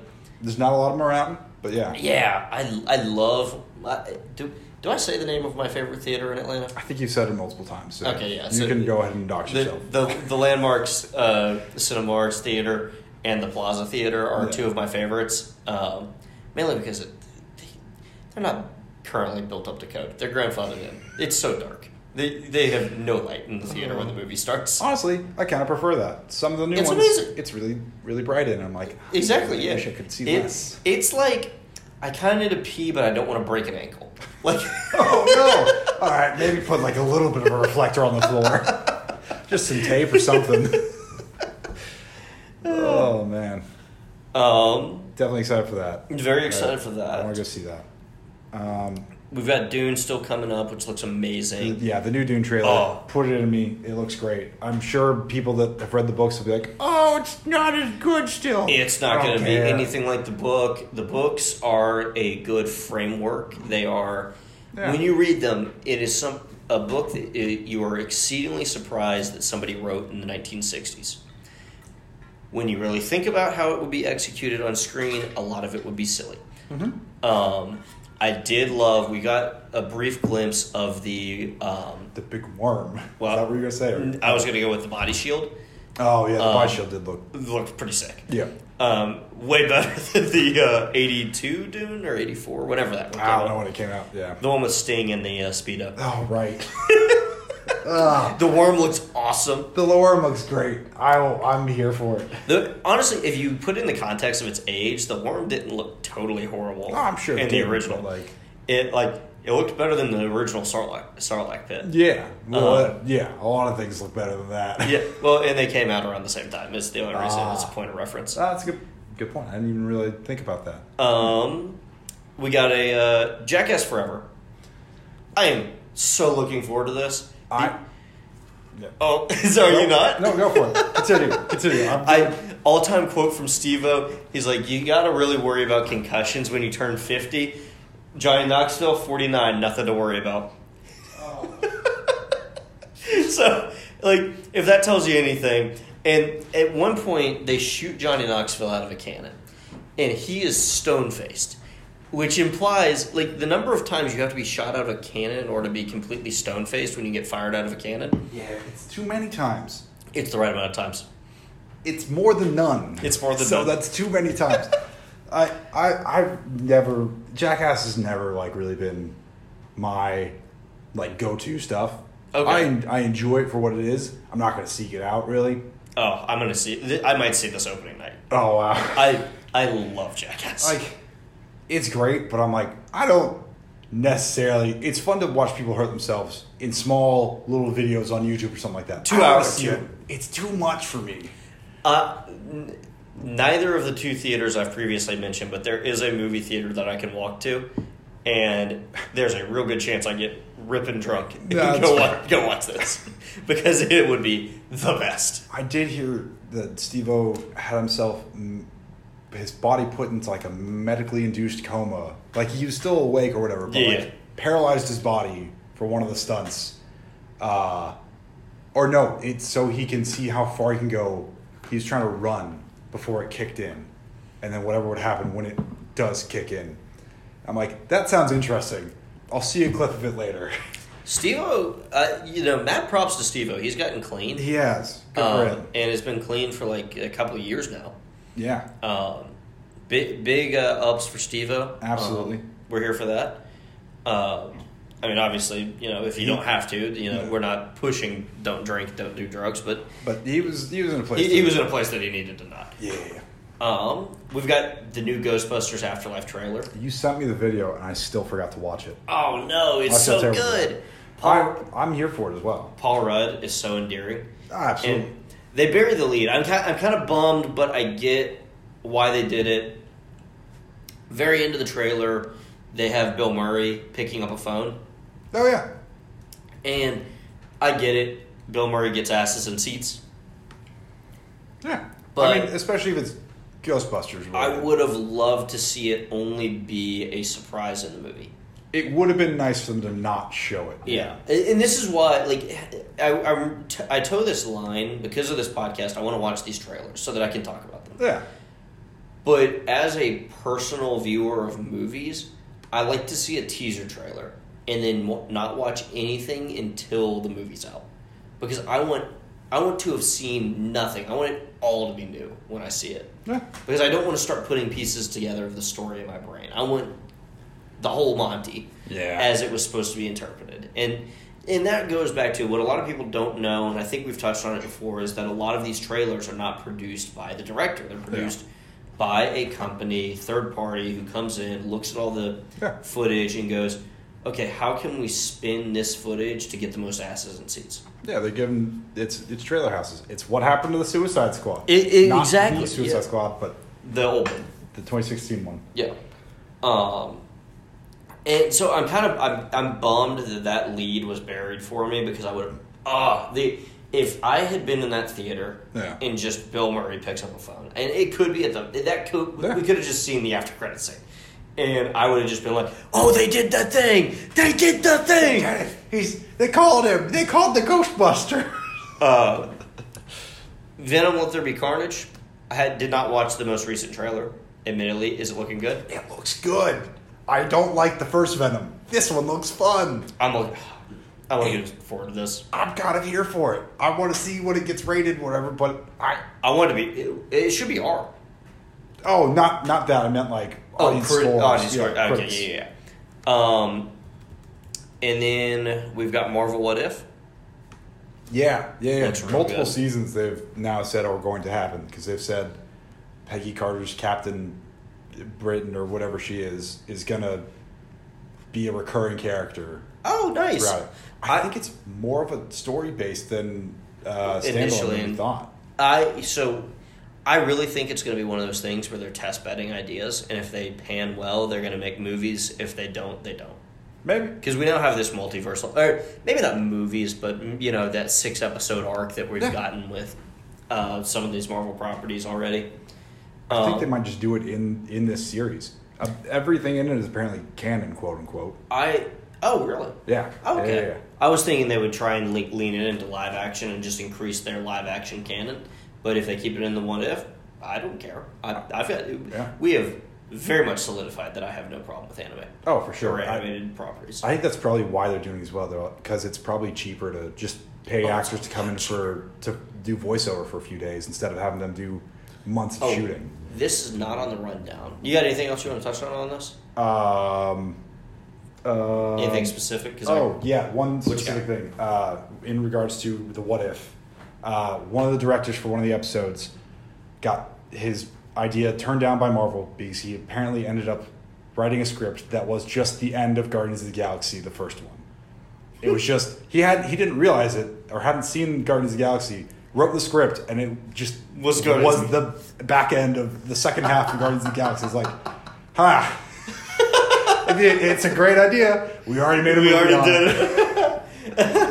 S2: there's not a lot of them around but yeah
S1: yeah, I I love. I, do do I say the name of my favorite theater in Atlanta?
S2: I think you've said it multiple times so
S1: Okay, yeah,
S2: you
S1: so-
S2: can go ahead and dox
S1: The
S2: yourself
S1: the, the landmarks, uh, Cinemarks theater and the Plaza theater are
S2: Yeah.
S1: two of my favorites. Um, mainly because it, they, they're not currently built up to code. They're grandfathered in. It's so dark. They they have no light in the theater when the
S2: Uh-huh.
S1: movie starts.
S2: Honestly, I kind of prefer that. Some of the new
S1: It's
S2: ones,
S1: amazing.
S2: it's really, really bright in. I'm like,
S1: Exactly. Yeah.
S2: I wish I could see
S1: It-
S2: less.
S1: It's like I kind of need to pee, but I don't want to break an ankle. Like,
S2: Oh no! All right, maybe put like a little bit of a reflector on the floor, just some tape or something. oh man,
S1: um,
S2: definitely excited for that.
S1: very excited for
S2: I want to
S1: that.
S2: go see that. Um,
S1: We've got Dune still coming up, which looks amazing.
S2: yeah, the new Dune trailer.
S1: Oh.
S2: Put it in me. It looks great. I'm sure people that have read the books will be like, "Oh, it's not as good still."
S1: It's
S2: I
S1: not
S2: don't
S1: going to be
S2: care.
S1: anything like the book. The books are a good framework. They are,
S2: Yeah.
S1: when you read them, it is some a book that it, you are exceedingly surprised that somebody wrote in the 1960s. When you really think about how it would be executed on screen, a lot of it would be silly.
S2: Mm-hmm.
S1: Um, I did love. We got a brief glimpse of the. Um,
S2: The big worm.
S1: Well,
S2: Is that what you were gonna say?
S1: I was going to go with the body shield.
S2: Oh yeah, the
S1: Um,
S2: body shield did look.
S1: It looked pretty sick.
S2: Yeah.
S1: um, way better than the uh, 82 Dune or 84, whatever that one.
S2: I
S1: came
S2: don't know
S1: out.
S2: when it came out. Yeah.
S1: The one with Sting in the uh, speed up.
S2: Oh right. Ah,
S1: The worm looks awesome.
S2: the worm looks great. I will, I'm here for it.
S1: The, honestly, if you put it in the context of its age, the worm didn't look totally horrible.
S2: Oh, I'm sure it
S1: in the
S2: did, but,
S1: original,
S2: like-
S1: it like it looked better than the original Sarlacc, Sarlacc pit.
S2: Yeah. Well,
S1: Uh,
S2: that- yeah. A lot of things look better than that. Uh,
S1: Yeah, well, and they came out around the same time. It's the only reason. it's a
S2: Ah.
S1: point of reference.
S2: Ah, that's a good, good point. I didn't even really think about that.
S1: Um, we got a uh, Jackass Forever. I am so looking forward to this.
S2: I. Yeah.
S1: Oh, so are you not?
S2: No, go for it. Continue. Continue. I'm,
S1: I all time quote from Steve O. He's like, You gotta really worry about concussions when you turn fifty. Johnny Knoxville, forty nine, nothing to worry about. so like if that tells you anything, and at one point they shoot Johnny Knoxville out of a cannon. And he is stone faced. Which implies like the number of times you have to be shot out of a cannon or to be completely stone faced when you get fired out of a cannon.
S2: yeah. It's too many times.
S1: It's the right amount of times.
S2: It's more than none.
S1: It's more than
S2: so
S1: none.
S2: that's too many times. I, I, I've never Jackass has never like really been my like go to stuff.
S1: Okay.
S2: I I enjoy it for what it is. I'm not gonna seek it out really.
S1: Oh, I'm gonna see. Th- I might see this opening night.
S2: Oh wow.
S1: I I love Jackass.
S2: like it's great, but I'm like I don't necessarily. It's fun to watch people hurt themselves in small little videos on YouTube or something like that.
S1: Two
S2: I don't wanna
S1: hours,
S2: see
S1: yeah.
S2: it. It's too much for me.
S1: Uh, n- neither of the two theaters I've previously mentioned, but there is a movie theater that I can walk to, and there's a real good chance I get ripping drunk and
S2: That's
S1: go,
S2: fair.
S1: watch, go watch this because it would be the best.
S2: I did hear that Steve-O had himself mm, his body put into like a medically induced coma. Like he was still awake or whatever, but
S1: Yeah.
S2: like paralyzed his body for one of the stunts. Uh or no, it's so he can see how far he can go. He was trying to run before it kicked in. And then whatever would happen when it does kick in. I'm like, that sounds interesting. I'll see a clip of it later.
S1: Steve-O, uh, you know, mad props to Steve-O. He's gotten clean.
S2: He has. Good
S1: um,
S2: for him.
S1: and has been clean for like a couple of years now.
S2: Yeah.
S1: Um, big big uh, ups for Stevo.
S2: Absolutely.
S1: Um, we're here for that. Um, I mean, obviously, you know, if you don't have to, you know,
S2: Yeah.
S1: we're not pushing. Don't drink. Don't do drugs. But
S2: But he was he was in a place.
S1: he, he
S2: to-
S1: was in a place that he needed to not.
S2: Yeah.
S1: Um, we've got the new Ghostbusters Afterlife trailer.
S2: You sent me the video and I still forgot to watch it.
S1: Oh no, it's
S2: I feel
S1: so
S2: terrible.
S1: good.
S2: I,
S1: Paul
S2: I'm here for it as well.
S1: Paul Rudd is so endearing.
S2: Absolutely.
S1: And they bury the lead. I'm kind, I'm kind of bummed, but I get why they did it. Very end of the trailer, they have Bill Murray picking up a phone,
S2: oh yeah.
S1: and I get it. Bill Murray gets asses in seats.
S2: Yeah.
S1: But-
S2: I mean, especially if it's Ghostbusters. Related.
S1: I would have loved to see it only be a surprise in the movie.
S2: It would have been nice for them to not show it.
S1: Yeah, and and this is why, like, I, I, I toe this line because of this podcast. I want to watch these trailers so that I can talk about them.
S2: Yeah.
S1: But as a personal viewer of movies, I like to see a teaser trailer and then wa- not watch anything until the movie's out because I want I want to have seen nothing. I want it all to be new when I see it
S2: Yeah.
S1: because I don't want to start putting pieces together of the story in my brain. I want the whole Monty
S2: Yeah.
S1: as it was supposed to be interpreted. And and that goes back to what a lot of people don't know, and I think we've touched on it before, is that a lot of these trailers are not produced by the director. They're produced by a company, third party, who comes in, looks at all the
S2: Yeah.
S1: footage, and goes, "Okay, how can we spin this footage to get the most asses and seats?"
S2: Yeah, they're giving it's it's trailer houses. It's what happened to the Suicide Squad.
S1: It- it-
S2: not
S1: exactly,
S2: the Suicide
S1: yeah.
S2: Squad, but
S1: The old one.
S2: the 2016 one.
S1: Yeah. Um, and so I'm kind of I'm I'm bummed that that lead was buried for me because I would ah the if I had been in that theater
S2: Yeah.
S1: and just Bill Murray picks up a phone and it could be at the that could
S2: Yeah.
S1: we could have just seen the after credits scene and I would have just been like oh they did that thing they did the thing
S2: He's they called him. They called the Ghostbuster.
S1: uh, Venom Let There Be Carnage I had, did not watch the most recent trailer admittedly is it looking good
S2: it looks good. I don't like the first Venom. This one looks fun.
S1: I'm looking I'm looking forward to this
S2: I'm kind of here for it. I want to see what it gets rated, whatever. But I
S1: I want to be. It, it should be R. Uh,
S2: oh, not not that. I meant like audience
S1: crit-
S2: scores.
S1: Oh, audience
S2: Yeah,
S1: score. Okay,
S2: critics.
S1: yeah, yeah, yeah. Um, and then we've got Marvel What If.
S2: yeah, yeah, yeah.
S1: Looks real
S2: Multiple
S1: good.
S2: seasons they've now said are going to happen because they've said Peggy Carter's Captain Britain or whatever she is is gonna be a recurring character
S1: Oh, nice.
S2: throughout. it. I, think it's more of a story based than uh, standalone
S1: Initially,
S2: than we thought.
S1: I so I really think it's going to be one of those things where they're test betting ideas, and if they pan well, they're going to make movies. If they don't, they don't.
S2: Maybe
S1: Because we now have this multiversal, or maybe not movies, but mm, you know that six episode arc that we've
S2: Yeah.
S1: gotten with uh, some of these Marvel properties already.
S2: I think
S1: Um,
S2: they might just do it in in this series. Uh, everything in it is apparently canon, quote unquote.
S1: I oh really?
S2: Yeah.
S1: Okay.
S2: Yeah, yeah, yeah.
S1: I was thinking they would try and le- lean it into live action and just increase their live action canon, but if they keep it in the one if, I don't care. I, I've got
S2: Yeah.
S1: we have very much solidified that I have no problem with anime
S2: Oh, for sure.
S1: or
S2: I,
S1: animated properties.
S2: I think that's probably why they're doing as well, though, because it's probably cheaper to just pay
S1: Oh, it's
S2: actors to come in for to do voiceover for a few days instead of having them do months of
S1: Oh,
S2: shooting.
S1: This is not on the rundown. You got anything else you want to touch on on this?
S2: Um, uh,
S1: Anything specific? 'Cause I-
S2: Oh yeah, one
S1: Which
S2: specific
S1: guy?
S2: thing uh, in regards to the what if. Uh, one of the directors for one of the episodes got his idea turned down by Marvel because he apparently ended up writing a script that was just the end of Guardians of the Galaxy, the first one. It was just he had he didn't realize it or hadn't seen Guardians of the Galaxy. Wrote the script and it just
S1: Was Guardians of
S2: was the back end of the second half of Guardians of the Galaxy. It's like, ha, I mean, it's a great idea. We already made a movie. on it.
S1: it.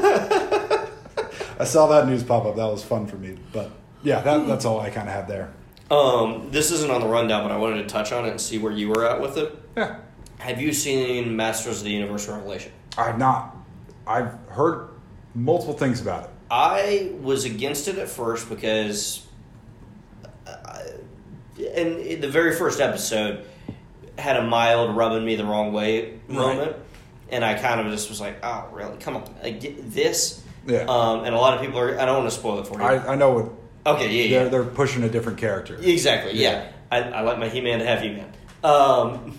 S2: I saw that news pop up. That was fun for me. But yeah, that, that's all I kind of had there.
S1: um, this isn't on the rundown, but I wanted to touch on it and see where you were at with it.
S2: Yeah,
S1: Have you seen Masters of the Universe Revelation?
S2: I've not. I've heard multiple things about it.
S1: I was against it at first because, I, and it- the very first episode had a mild rubbing me the wrong way moment, and I kind of just was like, "Oh, really? Come on, I get this."
S2: Yeah.
S1: Um, and a lot of people are. I don't want to spoil it for you.
S2: I, I know what
S1: okay. Yeah.
S2: they're
S1: Yeah.
S2: they're pushing a different character.
S1: Exactly. Yeah. I, I like my He-Man to have He-Man. Um,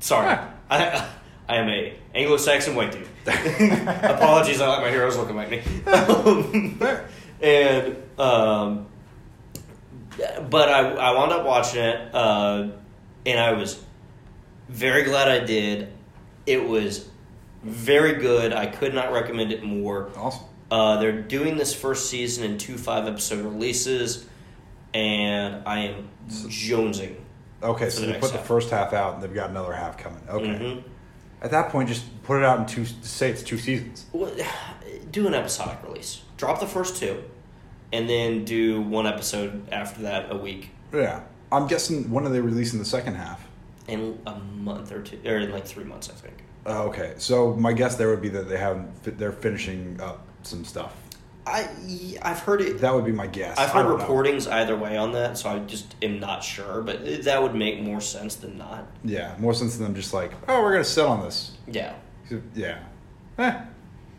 S1: sorry,
S2: Huh.
S1: I, I am a Anglo-Saxon white dude. Apologies. I like my heroes looking like me.
S2: Fair.
S1: and um, but I, I wound up watching it, uh, and I was very glad I did. It was very good. I could not recommend it more.
S2: Awesome.
S1: Uh, they're doing this first season in two five episode releases, and I am jonesing.
S2: Okay,
S1: For
S2: so
S1: the
S2: they
S1: next
S2: put the
S1: half.
S2: first half out, and they've got another half coming. Okay.
S1: Mhm.
S2: At that point, just put it out in two. Say it's two seasons.
S1: Well, Mm-hmm. do an episodic release. Drop the first two, and then do one episode after that a week.
S2: Yeah, I'm guessing when are they releasing the second half?
S1: in a month or two, or in like three months, I think.
S2: Uh, okay, so my guess there would be that they haven't. fi- They're finishing up some stuff.
S1: I I've heard it.
S2: That would be my guess.
S1: I've
S2: I
S1: heard
S2: don't know.
S1: reportings either way on that, so I just am not sure. But that would make more sense than not.
S2: Yeah, more sense than them just like, oh, we're gonna sit on this.
S1: Yeah.
S2: Yeah, eh.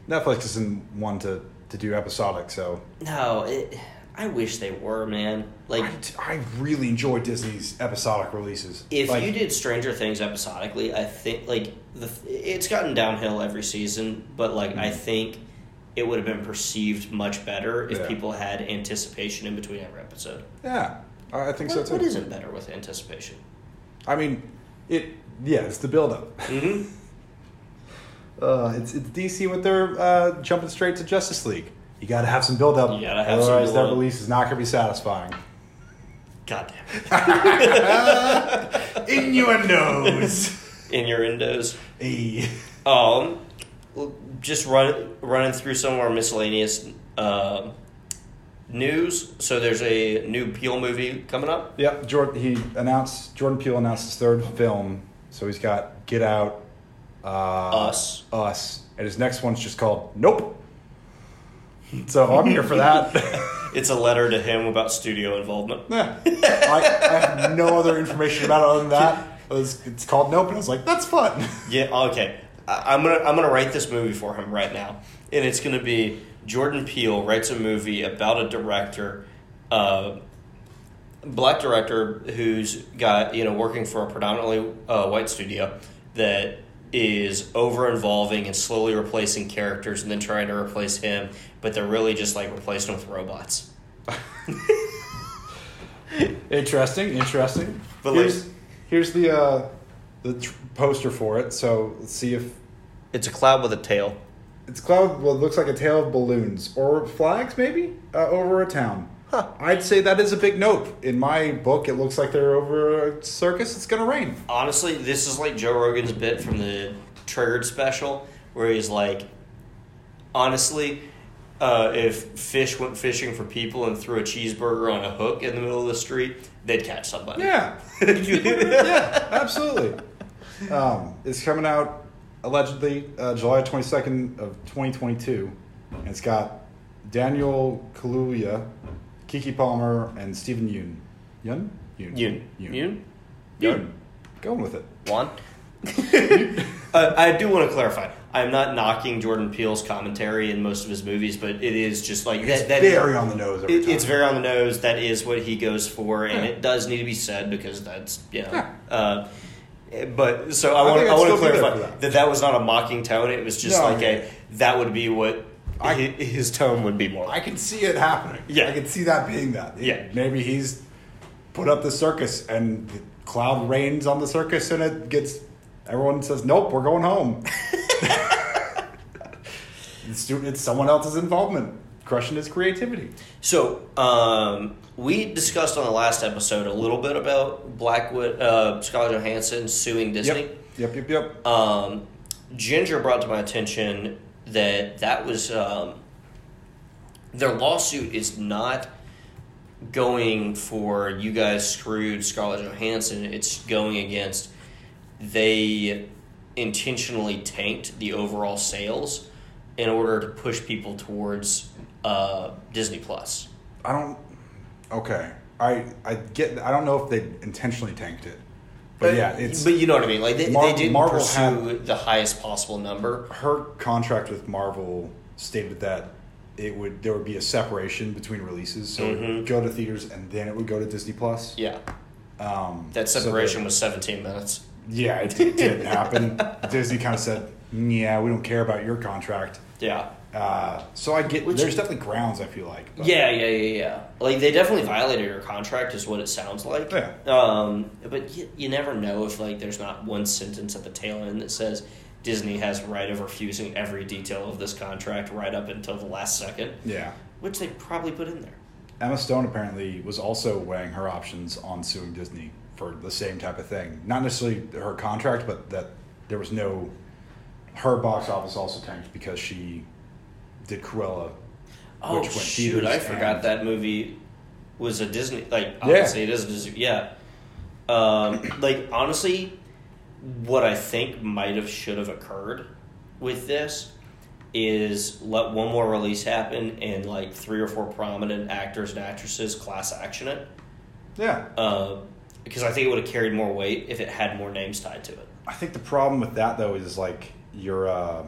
S2: Netflix isn't one to to do episodic, so
S1: No, it, I wish they were, man. Like,
S2: I, t- I really enjoy Disney's episodic releases.
S1: if
S2: Like,
S1: you did Stranger Things episodically, I think like the it's gotten downhill every season, but like
S2: Mm-hmm.
S1: I think it would have been perceived much better if
S2: Yeah.
S1: people had anticipation in between every episode.
S2: yeah, I I think
S1: What,
S2: so too.
S1: what isn't better with anticipation?
S2: I mean, it. Yeah, it's the buildup.
S1: hmm
S2: Uh, it's it's DC with their uh, jumping straight to Justice League. You gotta have some buildup.
S1: You gotta have some
S2: Otherwise, that
S1: buildup.
S2: release is not gonna be satisfying.
S1: God damn it.
S2: Innuendos.
S1: in your endos.
S2: hey.
S1: Um, l- just run running through some of our miscellaneous um news. So there's a new Peel movie coming up.
S2: Yep, Jordan. He announced Jordan Peele announced his third film, so he's got Get Out, uh,
S1: Us.
S2: Us, and his next one's just called Nope. So I'm here for that.
S1: It's a letter to him about studio involvement.
S2: Yeah. I, I have no other information about it other than that. It was- it's called Nope, and I was like, that's fun.
S1: Yeah. Okay. I, I'm gonna I'm gonna write this movie for him right now, and it's gonna be Jordan Peele writes a movie about a director. Uh, black director who's got you know working for a predominantly uh, white studio that is over involving and slowly replacing characters and then trying to replace him, but they're really just like replacing him with robots.
S2: Interesting, interesting.
S1: But,
S2: here's,
S1: like-
S2: here's the uh, the tr- poster for it. So let's see if
S1: It's a cloud with a tail.
S2: It's cloud. Well, it looks like a tail of balloons or flags, maybe uh, over a town. I'd say that is a big nope. In my book, it looks like they're over a circus. It's gonna rain.
S1: Honestly, this is like Joe Rogan's bit from the Triggered special, where he's like, honestly, uh, if fish went fishing for people and threw a cheeseburger on a hook in the middle of the street, they'd catch somebody.
S2: Yeah, yeah, absolutely. Um, it's coming out allegedly uh, July twenty second of twenty twenty two, and it's got Daniel Kaluuya, Kiki Palmer, and Stephen Yoon. Yoon.
S1: Yoon.
S2: Yoon.
S1: Yoon?
S2: Yoon. Going with it.
S1: One. Uh, I do want to clarify. I am not knocking Jordan Peele's commentary in most of his movies, but it is just like
S2: It's
S1: that. that
S2: very on the nose. Every
S1: it-
S2: time.
S1: it's very on the nose. That is what he goes for, and
S2: Yeah.
S1: it does need to be said because that's you know.
S2: Yeah.
S1: Uh, but so I
S2: I
S1: want
S2: think
S1: I
S2: I'd
S1: want to
S2: still be there
S1: clarify
S2: for
S1: that.
S2: that.
S1: that was not a mocking tone. It was just
S2: No,
S1: like
S2: yeah.
S1: a that would be what
S2: I-
S1: hi- his, tone would be more.
S2: I
S1: Like.
S2: can see it happening.
S1: Yeah.
S2: I can see that being that.
S1: Yeah.
S2: Maybe he's put up the circus and the cloud rains on the circus and it gets everyone says, Nope, we're going home. The student it's someone else's involvement, crushing his creativity.
S1: So um, we discussed on the last episode a little bit about Blackwood uh, Scarlett Johansson suing Disney.
S2: Yep. Yep, yep, yep.
S1: Um, Ginger brought to my attention that that was um, their lawsuit is not going for you guys screwed Scarlett Johansson. It's going against they intentionally tanked the overall sales in order to push people towards uh, Disney Plus.
S2: I don't okay. I I get I don't know if they intentionally tanked it. But yeah, it's
S1: but you know what I mean. Like they,
S2: Mar-
S1: they didn't
S2: Marvel
S1: pursue
S2: had-
S1: the highest possible number.
S2: her contract with Marvel stated that it would there would be a separation between releases, so it
S1: Mhm.
S2: would go to theaters and then it would go to Disney Plus.
S1: Yeah,
S2: Um,
S1: that
S2: so
S1: separation was seventeen minutes.
S2: that- yeah, it did, did happen. Disney kind of said, "Mm, "Yeah, we don't care about your contract."
S1: Yeah.
S2: Uh, so I get
S1: Which-
S2: there's definitely grounds I feel like. but-
S1: Yeah, yeah, yeah, yeah. Like they definitely violated her contract, is what it sounds like.
S2: Yeah.
S1: Um, but you, you never know if like there's not one sentence at the tail end that says Disney has right of refusing every detail of this contract right up until the last second,
S2: yeah.
S1: which they probably put in there.
S2: Emma Stone apparently was also weighing her options on suing Disney for the same type of thing. Not necessarily her contract, but that there was no. Her box office also tanked because she did Cruella.
S1: Oh
S2: which went
S1: shoot!
S2: theaters
S1: I forgot
S2: and-
S1: that movie was a Disney. Like obviously it is a Disney. Yeah. Um, like honestly, what I think might have should have occurred with this is let one more release happen and like three or four prominent actors and actresses class action it.
S2: Yeah.
S1: Uh, because I think it would have carried more weight if it had more names tied to it.
S2: I think the problem with that though is like you're uh,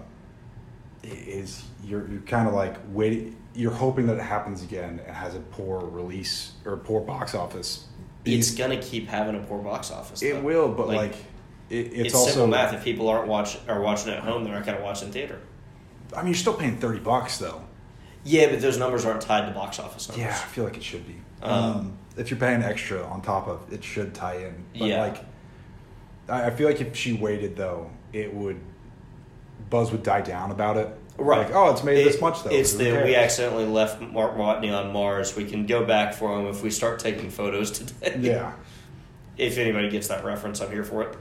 S2: is you're you're kind of like waiting. You're hoping that it happens again and has a poor release or poor box office.
S1: It's gonna keep having a poor box office. though.
S2: it will, but like, it, it's,
S1: it's,
S2: also
S1: simple math. If people aren't watch are watching at home, they're not gonna watch in theater.
S2: I mean, you're still paying thirty bucks though.
S1: Yeah, but those numbers aren't tied to box office numbers.
S2: Yeah, I feel like it should be.
S1: Um,
S2: Um, if you're paying extra on top of it, should tie in. But
S1: Yeah.
S2: like, I, I feel like if she waited though, it would buzz would die down about it.
S1: Right.
S2: Like, oh, it's made
S1: It-
S2: this much though.
S1: It's
S2: Who
S1: the
S2: cares?
S1: we accidentally left Mark Watney on Mars. We can go back for him if we start taking photos today.
S2: Yeah.
S1: If anybody gets that reference, I'm here for it.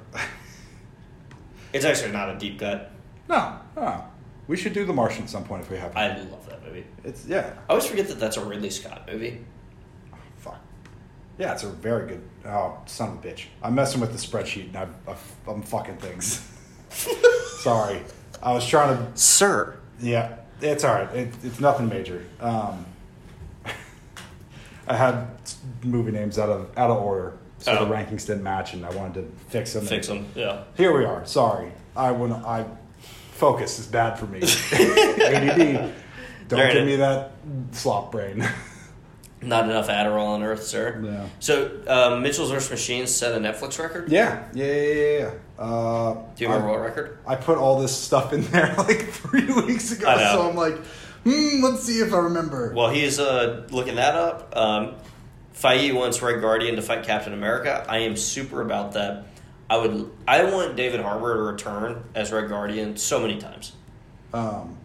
S1: it's actually not a deep cut.
S2: No, no. We should do The Martian at some point if we have.
S1: I love that movie.
S2: it's yeah.
S1: I always forget that that's a Ridley Scott movie.
S2: Fuck. Yeah, it's a very good. Oh, son of a bitch! I'm messing with the spreadsheet and I'm, I'm fucking things. Sorry, I was trying to
S1: Sir.
S2: Yeah, it's all right. It, it's nothing major. Um, I had movie names out of out of order, so
S1: Oh.
S2: the rankings didn't match, and I wanted to fix them.
S1: Fix him. Yeah.
S2: Here we are. Sorry, I when I focus is bad for me. ADD. Don't
S1: Darn it.
S2: give me that slop brain.
S1: Not enough Adderall on Earth, sir.
S2: No.
S1: So, um, Mitchell's vs. Machines set a Netflix record.
S2: yeah, yeah, yeah, yeah. yeah. Uh,
S1: Do you remember
S2: I,
S1: what record?
S2: I put all this stuff in there like three weeks ago,
S1: I know.
S2: so I'm like, hmm, let's see if I remember.
S1: Well, he's uh, looking that up. Um, Feige wants Red Guardian to fight Captain America. I am super about that. I would. I want David Harbour to return as Red Guardian so many times.
S2: Um,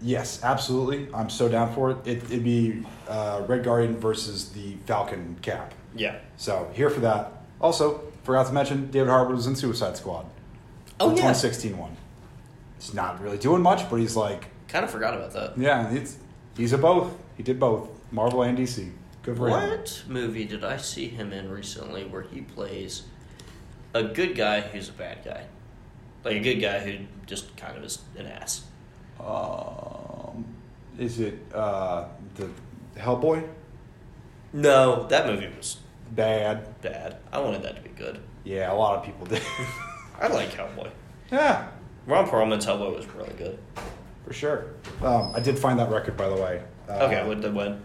S2: yes, absolutely. I'm so down for it. it it'd be uh, Red Guardian versus the Falcon Cap.
S1: Yeah.
S2: So here for that. Also, forgot to mention David Harbour was in Suicide Squad.
S1: Oh,
S2: the
S1: yeah.
S2: 2016 one. He's not really doing much, but he's like,
S1: Kind of forgot about that.
S2: yeah, it's he's a both. He did both Marvel and DC. Good for him.
S1: What movie did I see him in recently where he plays a good guy who's a bad guy? Like a good guy who just kind of is an ass.
S2: Um, is it uh, the Hellboy?
S1: No, that movie was
S2: Bad.
S1: bad. I wanted that to be good.
S2: Yeah, a lot of people did.
S1: I like Hellboy.
S2: Yeah,
S1: Ron Perlman's Hellboy was really good.
S2: for sure. Um, I did find that record, by the way. Uh,
S1: Okay, what did what?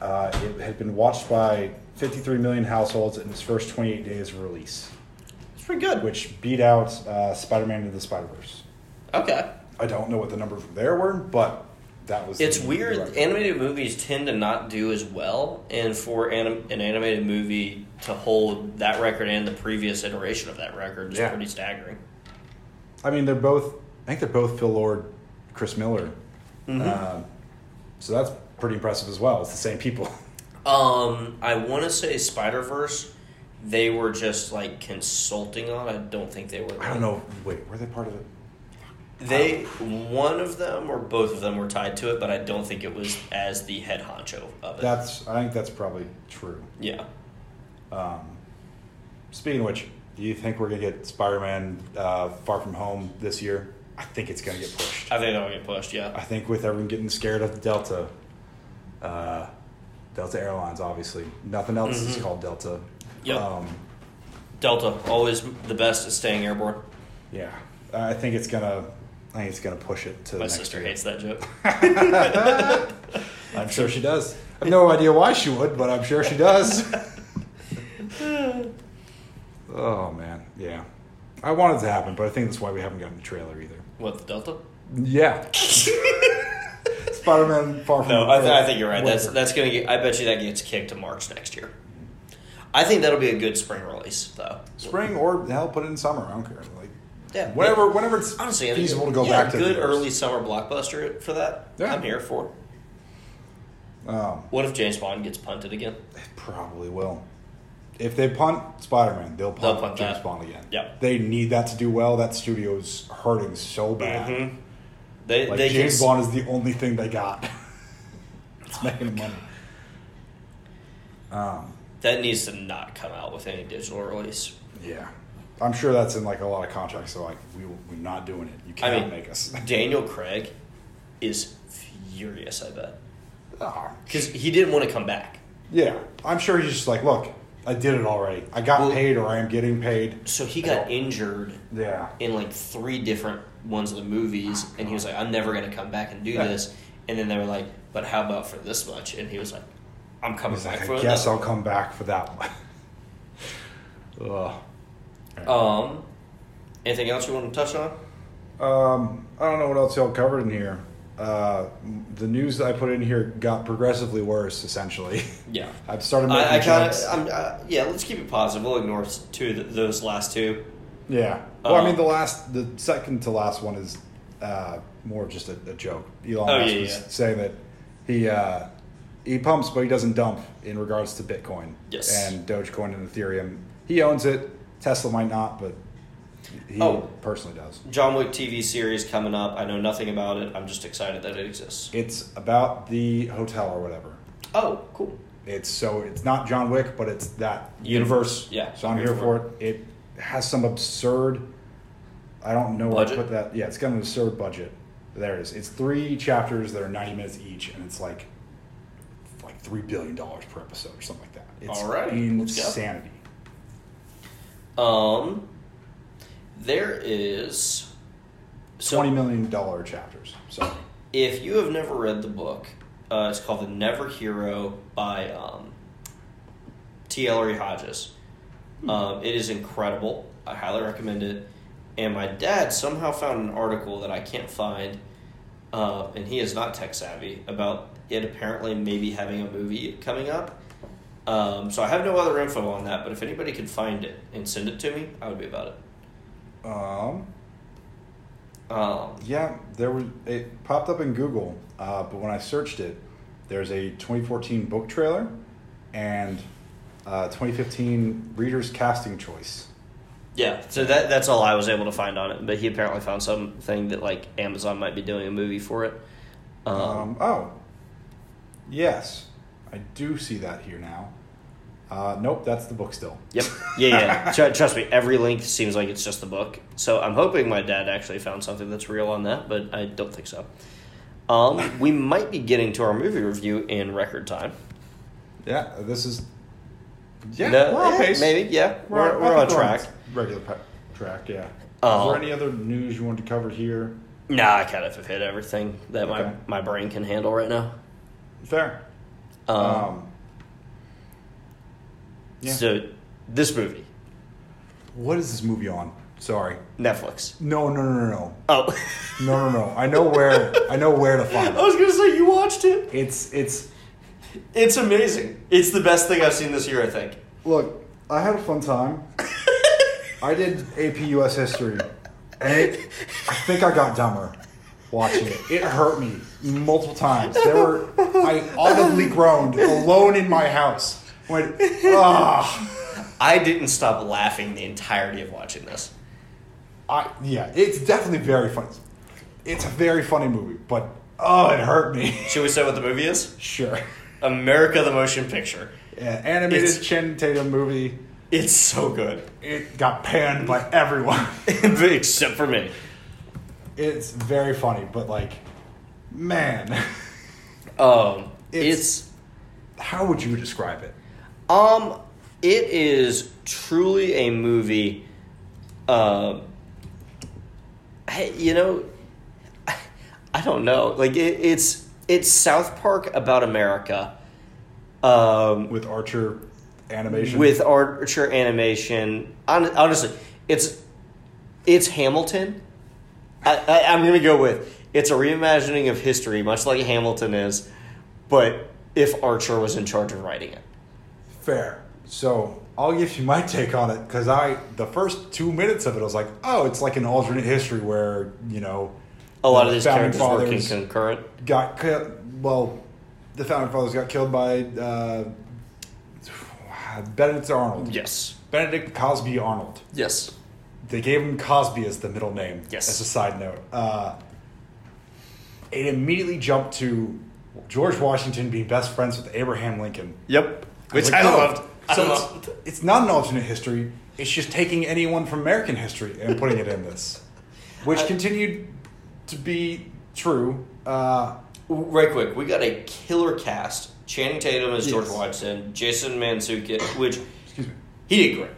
S2: Uh, it had been watched by 53 million households in its first 28 days of release,
S1: It's pretty good.
S2: which beat out uh, Spider-Man into the Spider-Verse.
S1: Okay.
S2: I don't know what the numbers there were, but that was.
S1: It's
S2: the- the
S1: weird.
S2: record.
S1: Animated movies tend to not do as well, and for anim- an animated movie to hold that record and the previous iteration of that record is
S2: Yeah.
S1: pretty staggering.
S2: I mean, they're both. I think they're both Phil Lord, Chris Miller.
S1: Mm-hmm.
S2: Um, so that's pretty impressive as well. It's the same people.
S1: Um, I want to say Spider Verse. They were just like consulting on. I don't think they were.
S2: I don't know. Wait, were they part of it?
S1: They one of them or both of them were tied to it, but I don't think it was as the head honcho of it.
S2: That's. I think that's probably true.
S1: yeah.
S2: Um, speaking of which, do you think we're gonna get Spider-Man uh, Far From Home this year? I think it's gonna get pushed.
S1: I think that'll get pushed. Yeah.
S2: I think with everyone getting scared of Delta, uh, Delta Airlines, obviously, nothing else is
S1: Mhm.
S2: called Delta.
S1: Yep.
S2: Um,
S1: Delta always the best at staying airborne.
S2: Yeah, I think it's gonna. I think it's gonna push it to
S1: My
S2: next
S1: sister
S2: year.
S1: hates that joke.
S2: I'm sure she does. I have no idea why she would, but I'm sure she does. oh man, yeah. I want it to happen, but I think that's why we haven't gotten the trailer either.
S1: What the Delta?
S2: Yeah. Spider-Man Far From
S1: No, I, th- I think you're right. That's
S2: Whatever.
S1: that's gonna. Get, I bet you that gets kicked to March next year. I think that'll be a good spring release though.
S2: spring or hell, put it in summer. I don't care. Like
S1: Yeah,
S2: whenever, whenever it's
S1: Honestly, I think
S2: feasible to go
S1: you know,
S2: back to
S1: good
S2: the
S1: early summer blockbuster for that.
S2: Yeah.
S1: I'm here for.
S2: Um,
S1: What if James Bond gets punted again?
S2: They probably will. If they punt Spider Man, they'll punt,
S1: They'll punt
S2: James
S1: that.
S2: Bond again.
S1: Yep.
S2: They need that to do well. That studio's hurting so bad.
S1: Mhm. They
S2: Mm-hmm. Like
S1: they
S2: James
S1: can,
S2: Bond is the only thing they got. it's making them money. Um,
S1: that needs to not come out with any digital release.
S2: yeah. I'm sure that's in like a lot of contracts. They're like, we, we're not doing it. You
S1: I
S2: can't
S1: mean,
S2: make us.
S1: Daniel Craig is furious. I bet
S2: Ah,
S1: because he didn't want to come back.
S2: yeah. I'm sure he's just like, look, I did it already. I got
S1: Well-
S2: paid or I am getting paid.
S1: So he got injured
S2: Yeah.
S1: in like three different ones of the movies, and he was like, "I'm never gonna come back and do
S2: Yeah.
S1: this." And then they were like, "But how about for this much?" And he was like, "I'm coming
S2: He's
S1: back
S2: like,
S1: for
S2: I
S1: it."
S2: guess I'll come back for that one. Ugh.
S1: Um, anything else you want to touch on?
S2: Um, I don't know what else y'all covered in here. Uh, the news that I put in here got progressively worse. Essentially,
S1: Yeah,
S2: I've started making
S1: I, I kind
S2: jokes.
S1: of, uh, yeah. Let's keep it positive. We'll ignore s- two of th- those last two.
S2: yeah. Well, I
S1: Um,
S2: mean, the last, the second to last one is uh, more just a, a joke. Elon
S1: Oh,
S2: Musk
S1: yeah,
S2: was
S1: yeah.
S2: saying that he uh, he pumps, but he doesn't dump in regards to Bitcoin
S1: Yes.
S2: and Dogecoin and Ethereum. He owns it. Tesla might not, but he
S1: Oh.
S2: personally does.
S1: John Wick TV series coming up. I know nothing about it. I'm just excited that it exists.
S2: It's about the hotel or whatever.
S1: Oh, cool.
S2: It's so it's not John Wick, but it's that
S1: Universe,
S2: universe.
S1: yeah,
S2: So I'm
S1: here
S2: here for it. It has some absurd. I don't know where to
S1: Budget?
S2: put that. Yeah, it's got an absurd budget. There it is. It's three chapters that are 90 minutes each, and it's like like three billion dollars per episode or something like that. It's
S1: Alrighty, let's go.
S2: insanity.
S1: Um, there is so
S2: Twenty million dollar chapters. Sorry.
S1: If you have never read the book, uh, it's called The Never Hero by um, T. Ellery Hodges. Um, it is incredible. I highly recommend it. And my dad somehow found an article that I can't find, uh, and he is not tech savvy, about it apparently maybe having a movie coming up. Um, so I have no other info on that, but if anybody could find it and send it to me, I would be about it.
S2: Um.
S1: Um,
S2: Yeah, there was. It popped up in Google, uh, but when I searched it, there's a 2014 book trailer and uh, 2015 readers casting choice.
S1: Yeah, so that that's all I was able to find on it. But he apparently found something that like Amazon might be doing a movie for it. Um,
S2: Um, oh, yes, I do see that here now. Uh, nope, that's the book still.
S1: yep. Yeah, yeah. Tr- trust me, every link seems like it's just the book. So I'm hoping my dad actually found something that's real on that, but I don't think so. Um, we might be getting to our movie review in record time.
S2: Yeah, this is. Yeah,
S1: No,
S2: we're on
S1: eh,
S2: pace.
S1: Maybe, yeah. We're,
S2: I
S1: we're on
S2: think
S1: track.
S2: Regular pa- track. Yeah.
S1: Oh.
S2: Is there any other news you wanted to cover here?
S1: Nah, I kind of have hit everything that
S2: Okay.
S1: my, my brain can handle right now.
S2: Fair.
S1: Um,
S2: Um, yeah.
S1: So, this movie,
S2: what is this movie on? Sorry.
S1: Netflix.
S2: No, no, no, no, no,
S1: Oh,
S2: no, no, no. I know where. I know where to
S1: I
S2: find it.
S1: was gonna say you watched it.
S2: It's it's
S1: It's amazing. It's the best thing I've seen this year. I think.
S2: Look, I had a fun time. I did AP US history, and it, I think I got dumber watching it. It hurt me multiple times. There were I audibly groaned alone in my house. Went ah.
S1: I didn't stop laughing the entirety of watching this.
S2: I yeah, it's definitely very funny. It's a very funny movie, but oh, it hurt me.
S1: Should we say what the movie is?
S2: sure,
S1: America the Motion Picture.
S2: yeah, animated
S1: It's-
S2: Channing Tatum movie.
S1: It's so good,
S2: It got panned by everyone.
S1: except for me.
S2: It's very funny, but like, man.
S1: Um,
S2: It's-
S1: it's,
S2: How would you describe it?
S1: um, it is truly a movie. Um, I- you know, I, I don't know. Like it, it's it's South Park about America. Um,
S2: With Archer animation?
S1: with Archer animation. Hon- Honestly, it's it's Hamilton. I, I, I'm gonna go with it's a reimagining of history, much like Hamilton is, but if Archer was in charge of writing it.
S2: Fair. So I'll give you my take on it because I, the first two minutes of it, I was like, oh, it's like an alternate history where, you know,
S1: A lot of these
S2: Founding
S1: characters working
S2: Fathers.
S1: concurrent.
S2: got killed. Well, the Founding Fathers got killed by uh, Benedict Arnold.
S1: Yes.
S2: Benedict Cosby Arnold.
S1: Yes.
S2: They gave him Cosby as the middle name.
S1: Yes.
S2: As a side note, uh, it immediately jumped to George Washington being best friends with Abraham Lincoln.
S1: Yep. Which
S2: like,
S1: I
S2: oh.
S1: loved. I
S2: So
S1: loved.
S2: It's, it's not an alternate history. It's just taking anyone from American history and putting it in this, which continued to be true. Uh,
S1: Right quick, we got a killer cast. Channing Tatum as George
S2: Yes.
S1: Washington, Jason Mantzoukas, which
S2: excuse me.
S1: He did great.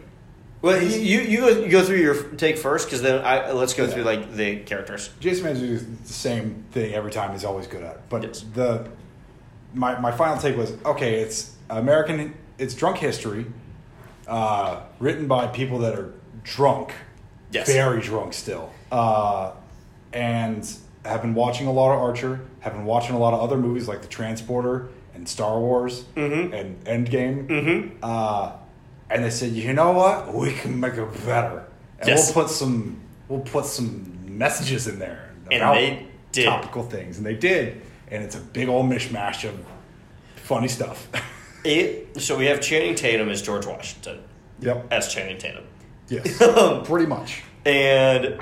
S1: Well, you you you go, you go through your take first because then I let's go
S2: Yeah.
S1: through like the characters.
S2: Jason Manzoukas is the same thing every time. He's always good at. It. But
S1: Yes.
S2: the my my final take was okay. It's American. It's drunk history, uh, written by people that are drunk,
S1: Yes.
S2: very drunk still, uh, and have been watching a lot of Archer. Have been watching a lot of other movies like The Transporter and Star Wars and Endgame.
S1: Mm-hmm.
S2: Uh, and they said, you know what? We can make it better, and
S1: Yes.
S2: we'll put some we'll put some messages in there
S1: And
S2: about
S1: they did.
S2: topical things, and they did, and it's a big old mishmash of funny stuff.
S1: It so we have Channing Tatum as George Washington
S2: yep.
S1: as Channing Tatum,
S2: Yes. Pretty much.
S1: and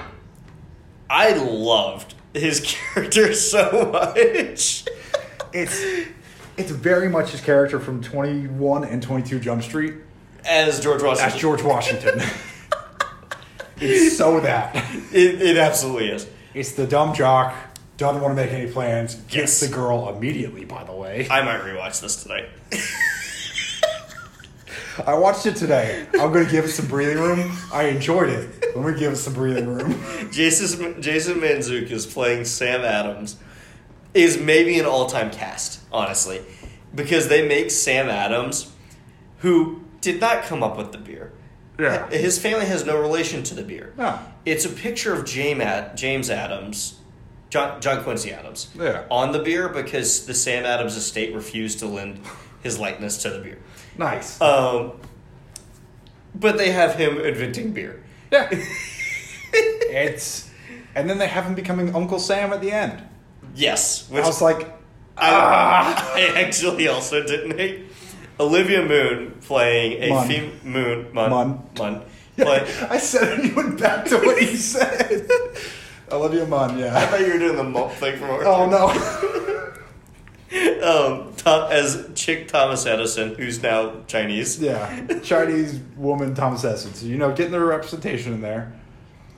S1: I loved his character so much.
S2: It's it's very much his character from Twenty One and Twenty Two Jump Street
S1: As George Washington,
S2: as George Washington. it's so that.
S1: it, it absolutely is.
S2: It's the dumb jock. Doesn't want to make any plans. Gets
S1: Yes.
S2: the girl immediately. By the way.
S1: I might rewatch this tonight.
S2: I watched it today. I'm gonna give it some breathing room. I enjoyed it. I'm gonna give it some breathing room.
S1: Jason Jason Manzukis playing Sam Adams is maybe an all-time cast, honestly, because they make Sam Adams, who did not come up with the beer.
S2: Yeah.
S1: his family has no relation to the beer.
S2: No.
S1: It's a picture of James Ad- James Adams, John John Quincy Adams,
S2: Yeah.
S1: on the beer because the Sam Adams estate refused to lend his likeness to the beer.
S2: Nice.
S1: Um, but they have him inventing beer.
S2: yeah. it's and then they have him becoming Uncle Sam at the end.
S1: Yes,
S2: I
S1: which
S2: was like, Ah.
S1: I, I actually also didn't hate Olivia Moon playing a
S2: Munn.
S1: fem- Moon Mun
S2: Munn.
S1: Mun, play-
S2: I said and you went back to what you said. Olivia Munn,
S1: I
S2: yeah.
S1: thought you were doing the mump thing from Arthur.
S2: Oh no.
S1: Um, Tom, as Chick Thomas Edison, who's now Chinese.
S2: yeah. Chinese woman Thomas Edison. So you know, getting the representation in there.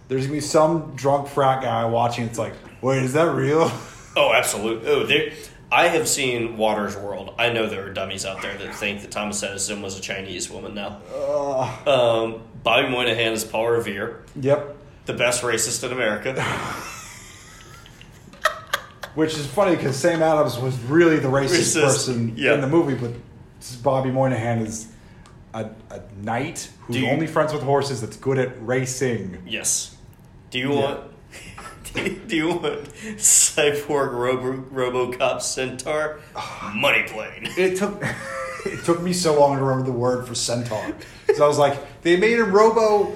S2: There's gonna be some drunk frat guy watching. It's like, wait, is that real?
S1: Oh, absolutely. Oh, there. I have seen Waters World.
S2: Ah.
S1: I know there are dummies out there that think that Thomas Edison was a Chinese woman now.
S2: Ugh.
S1: Um, Bobby Moynihan is Paul Revere,
S2: Yep.
S1: the best racist in America.
S2: Which is funny because Sam Adams was really the racist,
S1: Racist,
S2: person
S1: yeah.
S2: in the movie, but Bobby Moynihan is a, a knight who's
S1: Do you-
S2: only friends with horses that's good at racing.
S1: yes. Do you
S2: Yeah.
S1: want? Do you- do you want cyborg Robo, RoboCop centaur money plane?
S2: It took it took me so long to remember the word for centaur. So I was like, they made him robo.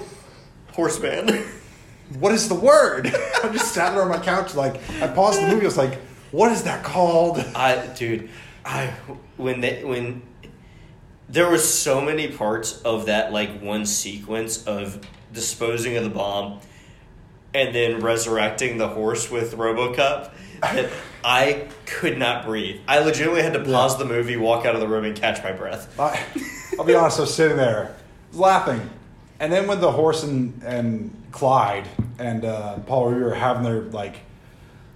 S1: Horseman.
S2: What is the word? I just sat there on my couch, like I paused the movie. I was like, what is that called?
S1: I dude, I when they when there were so many parts of that like one sequence of disposing of the bomb and then resurrecting the horse with RoboCop that I could not breathe. I legitimately had to pause the movie, walk out of the room, and catch my breath.
S2: I, I'll be honest. I was sitting there laughing, and then when the horse and, and Clyde and uh, Paul Revere were having their like,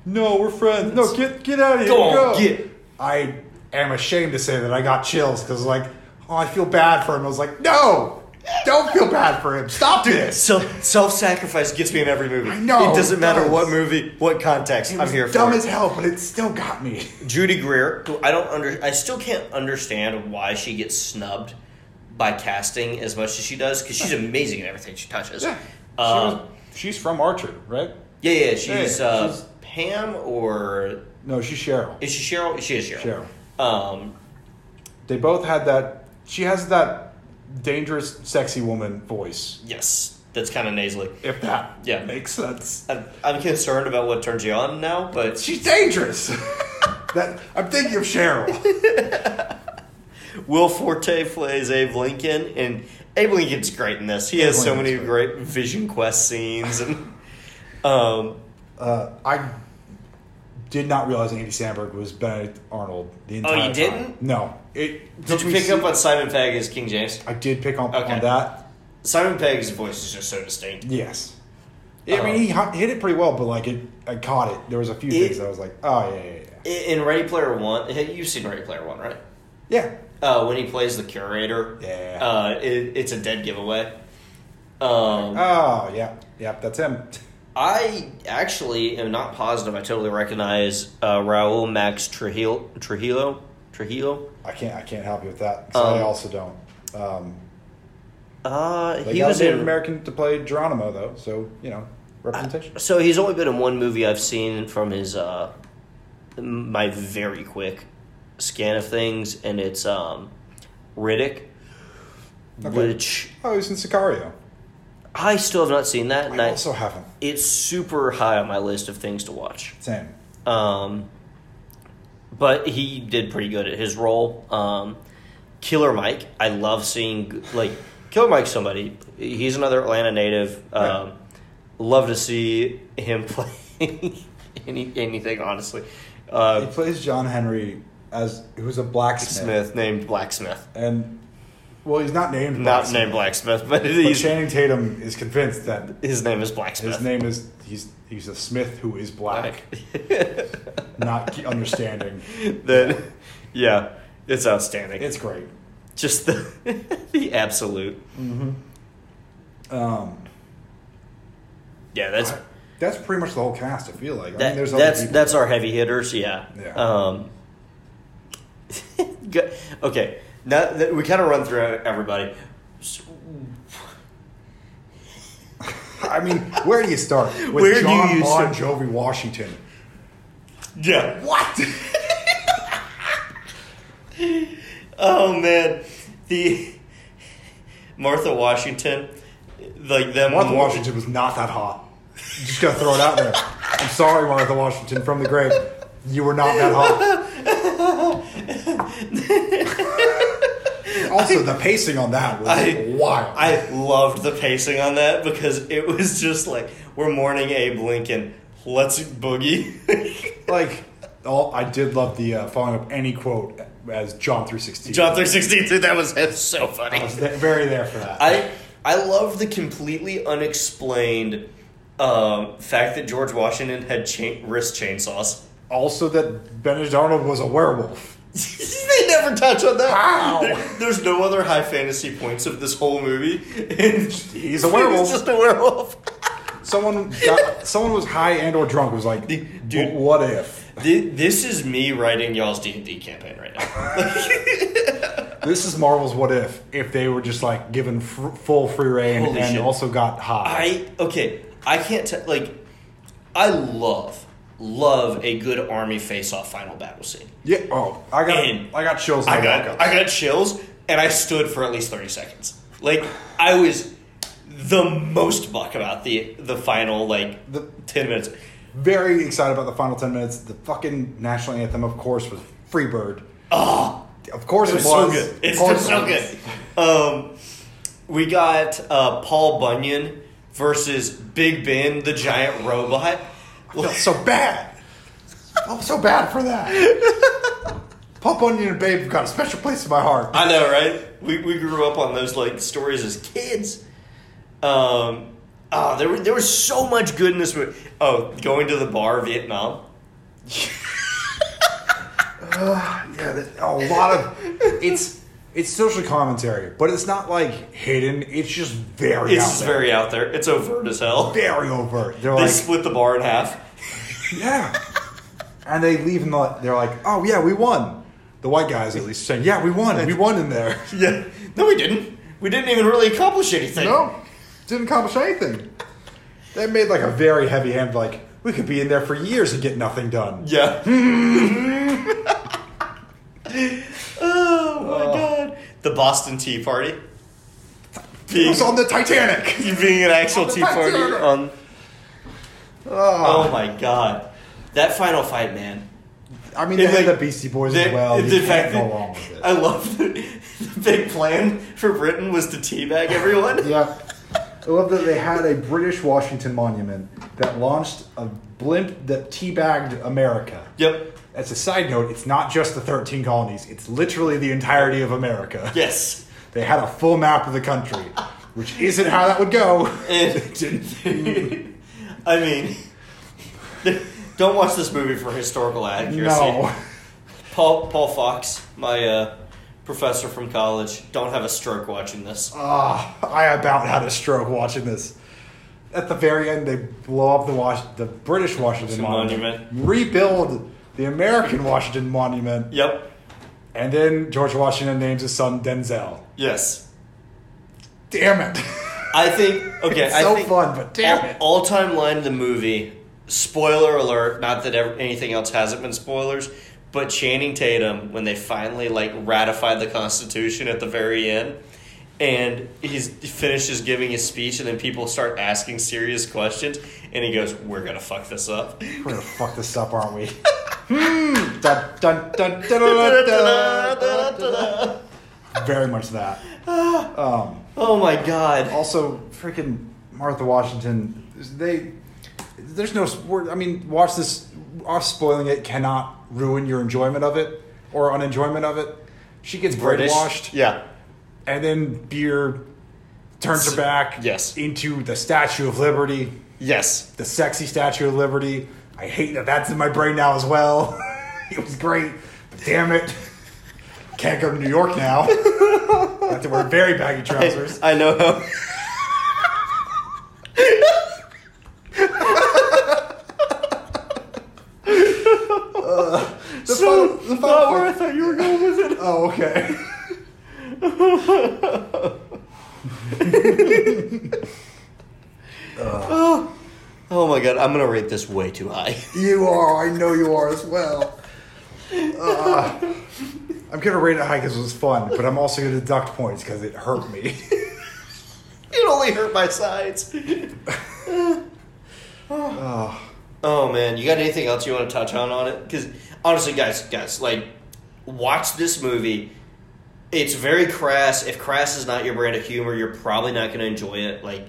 S2: no, we're friends. No, get get out of here.
S1: Go on, get."
S2: I am ashamed to say that I got chills because like, oh, I feel bad for him. I was like, no, don't feel bad for him. Stop this.
S1: Self self sacrifice gets me in every movie.
S2: I know,
S1: it doesn't
S2: it
S1: matter
S2: does.
S1: what movie, what context.
S2: It
S1: I'm
S2: was
S1: here for
S2: dumb
S1: it.
S2: as hell, but it still got me.
S1: Judy Greer, who I don't under, I still can't understand why she gets snubbed by casting as much as she does because she's amazing in everything she touches. Um,
S2: she's from Archer, right?
S1: yeah, yeah, she's,
S2: yeah,
S1: uh,
S2: she's-
S1: Pam or
S2: No, she's Cheryl.
S1: is she Cheryl? She is Cheryl. Um,
S2: They both had that. She has that dangerous, sexy woman voice.
S1: yes, that's kind of nasally.
S2: If that
S1: Yeah.
S2: makes sense.
S1: I'm, I'm concerned about what turns you on now, but
S2: She's dangerous. that I'm thinking of Cheryl.
S1: Will Forte plays Abe Lincoln, and Abe Lincoln's great in this. He has so
S2: Lincoln's
S1: many great Vision Quest scenes, and um,
S2: Uh, I did not realize Andy Samberg was Benedict Arnold the entire
S1: Oh, you
S2: time.
S1: didn't?
S2: No. It
S1: did
S2: took
S1: you
S2: me
S1: pick
S2: se-
S1: up on Simon Pegg as King James?
S2: I did pick up
S1: Okay.
S2: on that.
S1: Simon Pegg's voice is just so distinct.
S2: Yes. I mean, he hu- hit it pretty well, but like it, I caught it. There was a few
S1: Oh. It-
S2: things that I was like, oh yeah, yeah, yeah.
S1: I- In Ready Player One, you've seen Ready Player One, right?
S2: Yeah.
S1: Uh, when he plays the curator,
S2: Yeah.
S1: uh, it, it's a dead giveaway. Um,
S2: Oh yeah, yeah. That's him.
S1: I actually am not positive. I totally recognize uh, Raul Max Trujillo. Trujillo. Trujillo.
S2: I can't. I can't help you with that. 'cause I
S1: Um,
S2: also don't. Um,
S1: Uh,
S2: they
S1: he
S2: got
S1: was
S2: a Native
S1: in.
S2: American to play Geronimo, though. So you know, representation.
S1: So he's only been in one movie I've seen from his uh, my very quick scan of things, and it's um, Riddick,
S2: Okay.
S1: which
S2: oh, he's in Sicario.
S1: I still have not seen that, and
S2: I
S1: I,
S2: also haven't.
S1: it's super high on my list of things to watch.
S2: Same.
S1: Um, but he did pretty good at his role. Um, Killer Mike, I love seeing like Killer Mike's somebody. He's another Atlanta native. Um,
S2: Right.
S1: Love to see him play any, anything. Honestly,
S2: He
S1: uh,
S2: plays John Henry as who's a blacksmith,
S1: Smith named Blacksmith,
S2: and well, he's not named.
S1: not
S2: blacksmith,
S1: named Blacksmith, but,
S2: But
S1: he's,
S2: Channing Tatum is convinced that
S1: his name is
S2: his
S1: Blacksmith.
S2: name is he's he's a Smith who is black. not ke- understanding.
S1: That yeah, it's outstanding.
S2: It's great.
S1: just the the absolute. Mm-hmm.
S2: Um,
S1: Yeah, that's
S2: that's pretty much the whole cast. I feel like I mean,
S1: that,
S2: there's other
S1: that's
S2: people.
S1: that's our heavy hitters. Yeah.
S2: Yeah.
S1: Um, go- okay. Now that we kind of run through everybody. S-
S2: I mean, where do you start with
S1: Where do
S2: John
S1: you
S2: Bon
S1: start?
S2: Jovi Washington?
S1: Yeah.
S2: What?
S1: Oh man, the Martha Washington, like them.
S2: Martha
S1: more-
S2: Washington was not that hot. Just gotta throw it out there. I'm sorry, Martha Washington from the grave. You were not that hot. also, the pacing on that was
S1: I-
S2: wild.
S1: I loved the pacing on that because it was just like we're mourning Abe Lincoln. Let's boogie.
S2: like, all, I did love the uh, following up any quote as John three sixteen.
S1: John three sixteen. Dude, that was that's so funny.
S2: I was there, very there for that.
S1: I I love the completely unexplained um, fact that George Washington had chain, wrist chainsaws.
S2: also, that Benedict Arnold was a werewolf.
S1: they never touch on that.
S2: How?
S1: There- there's no other high fantasy points of this whole movie. And he's
S2: a werewolf.
S1: He's just a werewolf.
S2: Someone got, someone was high and or drunk was like,
S1: Dude.
S2: what if?
S1: Thi- This is me writing y'all's D and D campaign right now.
S2: This is Marvel's what if if they were just like given fr- full free reign
S1: Holy
S2: and
S1: shit.
S2: also got high.
S1: I okay. I can't tell. Like, I love love a good army face-off final battle scene.
S2: yeah. Oh, I got
S1: And-
S2: I got chills. when
S1: I
S2: woke
S1: got
S2: up.
S1: I got chills, and I stood for at least thirty seconds. Like I was the most buck about the the final like
S2: The-
S1: ten minutes.
S2: very excited about the final ten minutes. The fucking national anthem, of course, was Freebird.
S1: Oh,
S2: Of course,
S1: it was so
S2: was.
S1: good.
S2: Of
S1: It's
S2: course
S1: just so
S2: it was.
S1: good. Um, we got uh, Paul Bunyan versus Big Ben, the giant robot.
S2: I felt so bad. I felt so bad for that. Pop Onion and Babe have got a special place in my heart.
S1: I know, right? We, we grew up on those like stories as kids. Um, oh, there were, there was so much good in this movie. Oh, going to the bar, Vietnam.
S2: Yeah, that- a lot of it's it's social commentary, but it's not like hidden. It's just very
S1: It's
S2: out
S1: just
S2: there.
S1: very out there. It's overt as hell. They
S2: very overt. They're like,
S1: split the bar in half.
S2: yeah, and they leave and they're they're like, oh yeah, we won. The white guys at least saying, yeah, we won. We won in there.
S1: Yeah. No, we didn't. We didn't even really accomplish anything.
S2: No, didn't accomplish anything. They made like a very heavy hand. Like we could be in there for years and get nothing done.
S1: Yeah. oh my god. The Boston Tea Party.
S2: It
S1: Being,
S2: was on the Titanic.
S1: being an actual
S2: the
S1: tea party
S2: Titanic.
S1: on
S2: Oh,
S1: Oh my god. That final fight, man.
S2: I mean, they
S1: It's
S2: had
S1: like-
S2: the Beastie Boys
S1: The-
S2: as well. You
S1: the
S2: can't
S1: fact
S2: go
S1: that-
S2: along with it.
S1: I love the, the big plan for Britain was to teabag everyone.
S2: yeah. I love that they had a British Washington monument that launched a blimp that teabagged America.
S1: Yep.
S2: As a side note, it's not just the 13 colonies, it's literally the entirety of America.
S1: Yes.
S2: They had a full map of the country, which isn't how that would go.
S1: And I mean, don't watch this movie for historical accuracy.
S2: No.
S1: Paul Paul Fox, my uh, professor from college, don't have a stroke watching this.
S2: Ah, I about had a stroke watching this. At the very end, they blow up the Wash- the British Washington
S1: The
S2: monument, rebuild the American Washington monument,
S1: Yep.
S2: and then George Washington names his son Denzel.
S1: Yes.
S2: Damn it!
S1: I think okay.
S2: It's
S1: I
S2: so
S1: think
S2: fun, but damn it.
S1: All time line of the movie. Spoiler alert! Not that ever, anything else hasn't been spoilers, but Channing Tatum when they finally like ratified the Constitution at the very end, and he's, he finishes giving his speech, and then people start asking serious questions, and he goes, "We're gonna fuck this up."
S2: We're gonna fuck this up, aren't we? Hmm. Dun, dun, dun, dun, dun, dun, dun, dun, dun, dun. Very much that. Um,
S1: Oh my god!
S2: also, freaking Martha Washington. They, there's no. We're, I mean, watch this. Us spoiling it cannot ruin your enjoyment of it or unenjoyment of it. She gets brainwashed,
S1: Yeah.
S2: and then beer turns her back
S1: Yes.
S2: into the Statue of Liberty.
S1: Yes.
S2: the sexy Statue of Liberty. I hate that that's in my brain now as well. it was great, but damn it. Can't go to New York now. I have to wear very baggy trousers.
S1: I know how. Uh,
S2: The
S1: So,
S2: fun- the fun
S1: not
S2: part-
S1: where I thought you were going with it.
S2: Oh, okay.
S1: Oh my god, I'm gonna rate this way too high.
S2: You are. I know you are as well. Uh, I'm going to rate it high because it was fun, but I'm also going to deduct points because it hurt me.
S1: It only hurt my sides.
S2: Uh,
S1: oh man, you got anything else you want to touch on on it? Because honestly, guys, guys, like, watch this movie. It's very crass. If crass is not your brand of humor, you're probably not going to enjoy it. Like,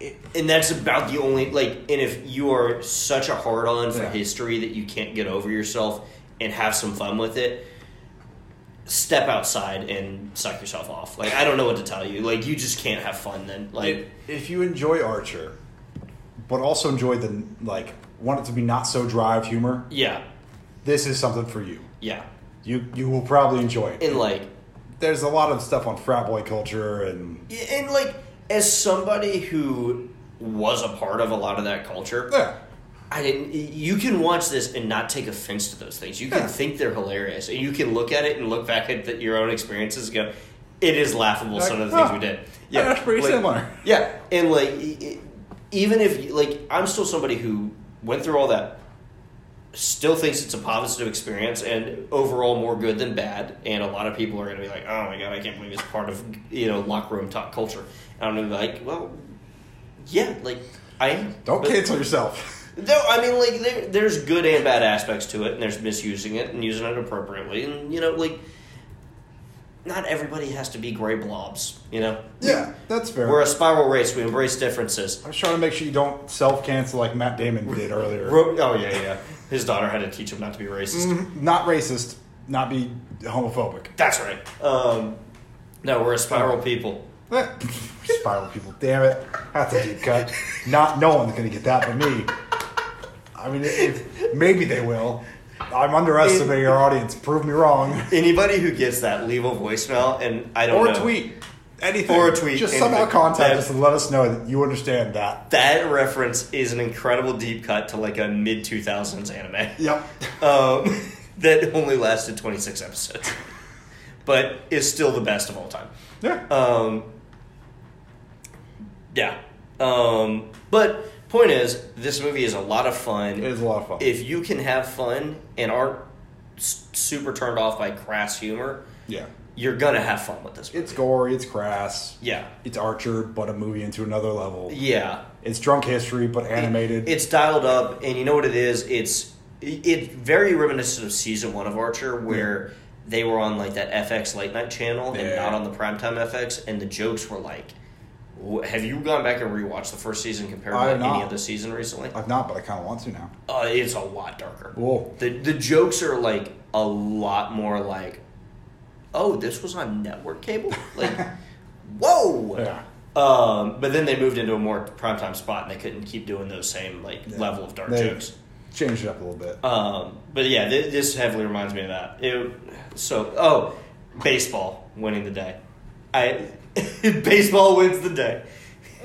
S1: it, and that's about the only like. And if you are such a hard on for
S2: Yeah.
S1: history that you can't get over yourself and have some fun with it, step outside and suck yourself off. Like I don't know what to tell you. Like you just can't have fun then. Like
S2: If- if you enjoy Archer, but also enjoy the, like, want it to be not so dry of humor,
S1: yeah,
S2: this is something for you.
S1: yeah,
S2: You you will probably enjoy it.
S1: And like,
S2: There's a lot of stuff on frat boy culture and
S1: and like, as somebody who was a part of a lot of that culture,
S2: yeah,
S1: I didn't. You can watch this and not take offense to those things. You can
S2: Yeah.
S1: think they're hilarious, and you can look at it and look back at the, your own experiences and go, "It is laughable."
S2: Like,
S1: some of the things
S2: huh,
S1: we did.
S2: yeah, that's pretty
S1: like-
S2: similar.
S1: Yeah, and like, e- e- even if like I'm still somebody who went through all that, still thinks it's a positive experience and overall more good than bad. And a lot of people are going to be like, "Oh my god, I can't believe it's part of you know locker room talk culture." And I'm going to be like, "Well, yeah, like." I am.
S2: Don't
S1: But-
S2: cancel yourself.
S1: no, I mean, like, there, there's good and bad aspects to it, and there's misusing it and using it appropriately. And, you know, like, not everybody has to be gray blobs, you know?
S2: yeah, that's fair.
S1: We're a spiral race, we embrace differences.
S2: I'm just trying to make sure you don't self cancel like Matt Damon did earlier.
S1: Ro- oh, yeah, yeah. His daughter had to teach him not to be racist.
S2: Mm. Not racist, not be homophobic.
S1: That's right. Um, no, we're a spiral people.
S2: Spiral people, damn it. That's a deep cut. Not no one's gonna get that but me. I mean, if, maybe they will. I'm underestimating our audience. Prove me wrong.
S1: Anybody who gets that, leave a voicemail, and I don't
S2: Or
S1: know.
S2: a tweet. Anything.
S1: Or a tweet,
S2: Just
S1: anything.
S2: somehow contact
S1: That-
S2: us and let us know that you understand that.
S1: That reference is an incredible deep cut to, like, a mid 2000s anime.
S2: Yep.
S1: um, that only lasted 26 episodes, but is still the best of all time.
S2: Yeah.
S1: Um, yeah. Um, but point is, this movie is a lot of fun.
S2: It is a lot of fun.
S1: If you can have fun and aren't s- super turned off by crass humor,
S2: yeah.
S1: you're gonna have fun with this. Movie.
S2: It's gory, it's crass,
S1: yeah,
S2: it's Archer, but a movie into another level.
S1: yeah.
S2: It's drunk history, but animated.
S1: It's dialed up, and you know what it is. It's it- it's very reminiscent of season one of Archer, where they were on like that FX late night channel and
S2: Yeah.
S1: not on the primetime FX, and the jokes were like, wh- "Have you gone back and rewatched the first season compared to
S2: I
S1: like,
S2: have
S1: any
S2: not.
S1: other season recently?"
S2: I've not, but I kind of want to now.
S1: Uh, it's a lot darker.
S2: Whoa.
S1: The the jokes are like a lot more like, "Oh, this was on network cable," like, "Whoa."
S2: Yeah.
S1: Um, but then they moved into a more primetime spot, and they couldn't keep doing those same like level of dark
S2: They
S1: jokes.
S2: Changed it up a little bit.
S1: Um, but yeah, th- this heavily reminds me of that. It, so, oh, baseball winning the day. I baseball wins the day.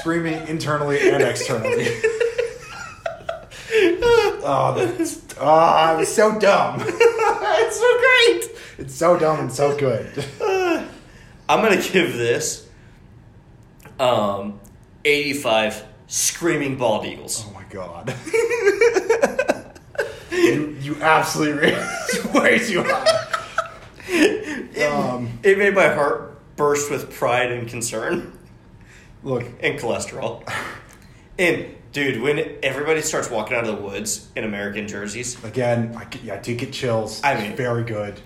S2: Screaming internally and externally. oh, that's, oh, I was so dumb.
S1: it's so great.
S2: It's so dumb and so good.
S1: I'm gonna give this um, 85 screaming bald eagles.
S2: Oh my god. you, you absolutely raised way too high.
S1: It,
S2: Oh. Um.
S1: it made my heart burst with pride and concern
S2: Look,
S1: and cholesterol. And dude, when everybody starts walking out of the woods in American jerseys,
S2: again, I, get- yeah, I do get chills.
S1: I
S2: It's
S1: mean-
S2: very good.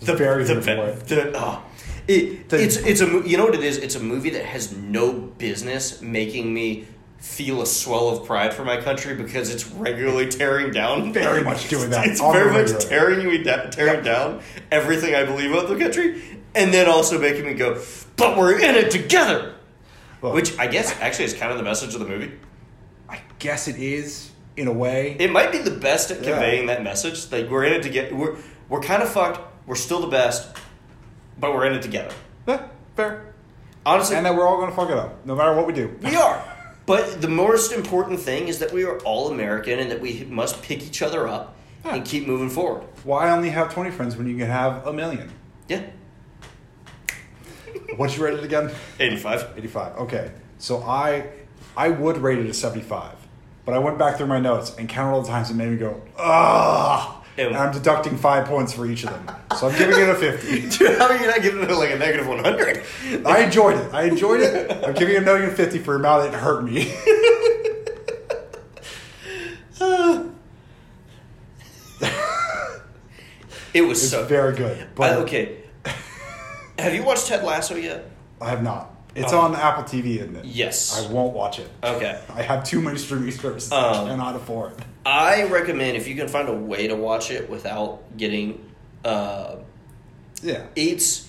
S2: It's very
S1: the,
S2: good for it.
S1: the- oh. It-
S2: The-
S1: it's it's a mo- you know what it is it's a movie that has no business making me feel a swell of pride for my country because it's regularly tearing down
S2: Very much doing that
S1: it's
S2: on the
S1: very much
S2: regular.
S1: tearing me down tearing down everything I believe about the country and then also making me go but we're in it together
S2: Look,
S1: which I guess actually is kind of the message of the movie
S2: I guess it is in a way.
S1: it might be the best at
S2: Yeah.
S1: conveying that message like we're in it together we're we're kind of fucked we're still the best but we're in it together
S2: Yeah, fair.
S1: honestly
S2: And that we're all gonna fuck it up, no matter what we do.
S1: We are. But the most important thing is that we are all American and that we must pick each other up and keep moving forward.
S2: Why only have twenty friends when you can have a million?
S1: Yeah.
S2: What you rated again?
S1: 85.
S2: 85. Okay. So I I would rate it a 75. But I went back through my notes and counted all the times it made me go, ah.
S1: Ew.
S2: And I'm deducting five points for each of them. So I'm giving it a 50.
S1: Dude, how are you not giving it like a negative 100?
S2: I enjoyed it. I enjoyed it. I'm giving it a million 50 for amount it hurt me.
S1: It was
S2: It's
S1: so.
S2: very good.
S1: I-
S2: But
S1: okay. Have you watched Ted Lasso yet?
S2: I have not. It's
S1: Oh.
S2: on Apple TV, isn't it?
S1: Yes.
S2: I won't watch it.
S1: Okay.
S2: I have too many streaming services
S1: Um,
S2: I cannot afford.
S1: I recommend if you can find a way to watch it without getting. Uh,
S2: Yeah.
S1: it's.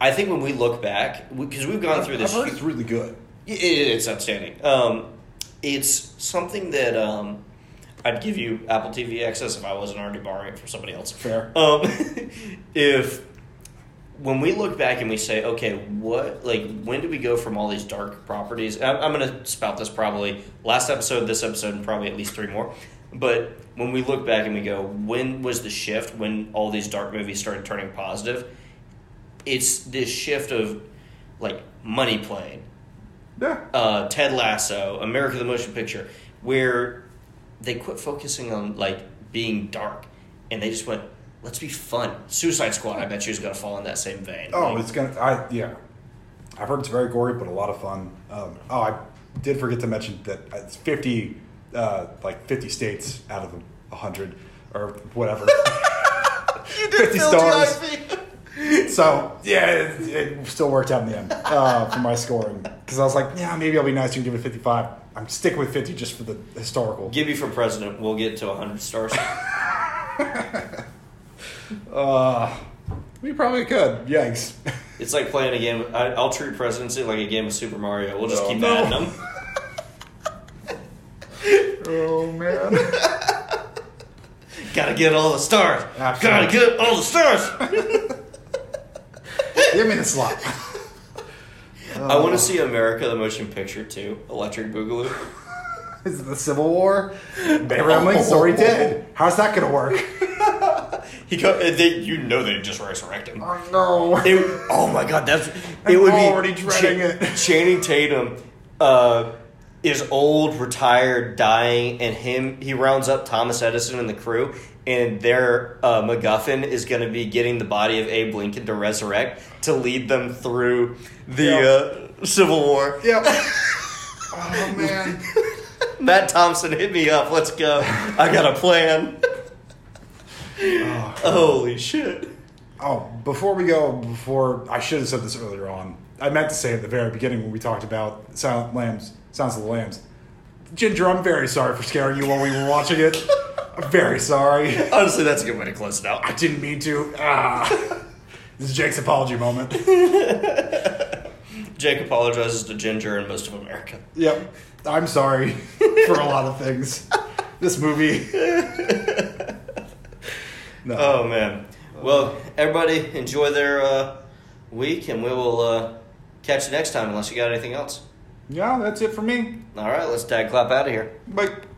S1: I think when we look back, because we've gone through this.
S2: I've heard it's really good.
S1: It, it's outstanding. Um, it's something that um, I'd give you Apple TV access if I wasn't already borrowing it from somebody else.
S2: Fair.
S1: Um, if when we look back and we say, okay, what like when did we go from all these dark properties? and I'm, I'm going to spout this probably last episode, this episode, and probably at least three more. But when we look back and we go, when was the shift? When all these dark movies started turning positive? It's this shift of like Money Plane,
S2: Yeah.
S1: uh, Ted Lasso, America the Motion Picture, where they quit focusing on like being dark, and they just went, "Let's be fun." Suicide Squad, I bet you, is gonna fall in that same vein.
S2: Oh,
S1: Like,
S2: it's gonna. I yeah. I've heard it's very gory, but a lot of fun. Um, oh, I did forget to mention that it's fifty, uh, like fifty states out of the hundred or whatever.
S1: you
S2: did 50 fail stars. so yeah, it, it still worked out in the end uh, for my scoring because I was like, yeah, maybe I'll be nice and give it fifty-five. I'm sticking with fifty just for the historical.
S1: Gibby for president. We'll get to hundred stars.
S2: Uh, we probably could. Yikes.
S1: it's like playing a game. I, I'll treat presidency like a game of Super Mario. We'll just
S2: No.
S1: keep
S2: No.
S1: adding them.
S2: oh man.
S1: Gotta get all the stars.
S2: Absolutely.
S1: Gotta get all the stars.
S2: give me the slot.
S1: I want to see America the Motion Picture too. Electric Boogaloo.
S2: Is it the Civil War? Oh. Abraham Lincoln's already dead. How's that gonna work?
S1: He co- they, you know they just resurrect him.
S2: Oh no.
S1: It, oh my god, that's it
S2: I'm
S1: would be
S2: already dreading it.
S1: Channing Tatum uh, is old, retired, dying, and him he rounds up Thomas Edison and the crew, and their uh, MacGuffin is going to be getting the body of Abe Lincoln to resurrect to lead them through the uh, Civil War.
S2: Yep. oh man.
S1: Matt Thompson, hit me up. Let's go. I got a plan. Holy shit!
S2: Oh, before we go, before I should have said this earlier on. I meant to say at the very beginning when we talked about Silent Lambs, Sounds of the Lambs. Ginger, I'm very sorry for scaring you while we were watching it. I'm very sorry.
S1: Honestly, that's a good way to close it out.
S2: I didn't mean to. Ah. This is Jake's apology moment.
S1: Jake apologizes to Ginger and most of America.
S2: Yep. I'm sorry for a lot of things. This movie. no.
S1: Oh man. Well, everybody enjoy their uh, week, and we will uh, catch you next time. Unless you got anything else.
S2: yeah, that's it for me.
S1: All right, let's tag clap out of here.
S2: Bye.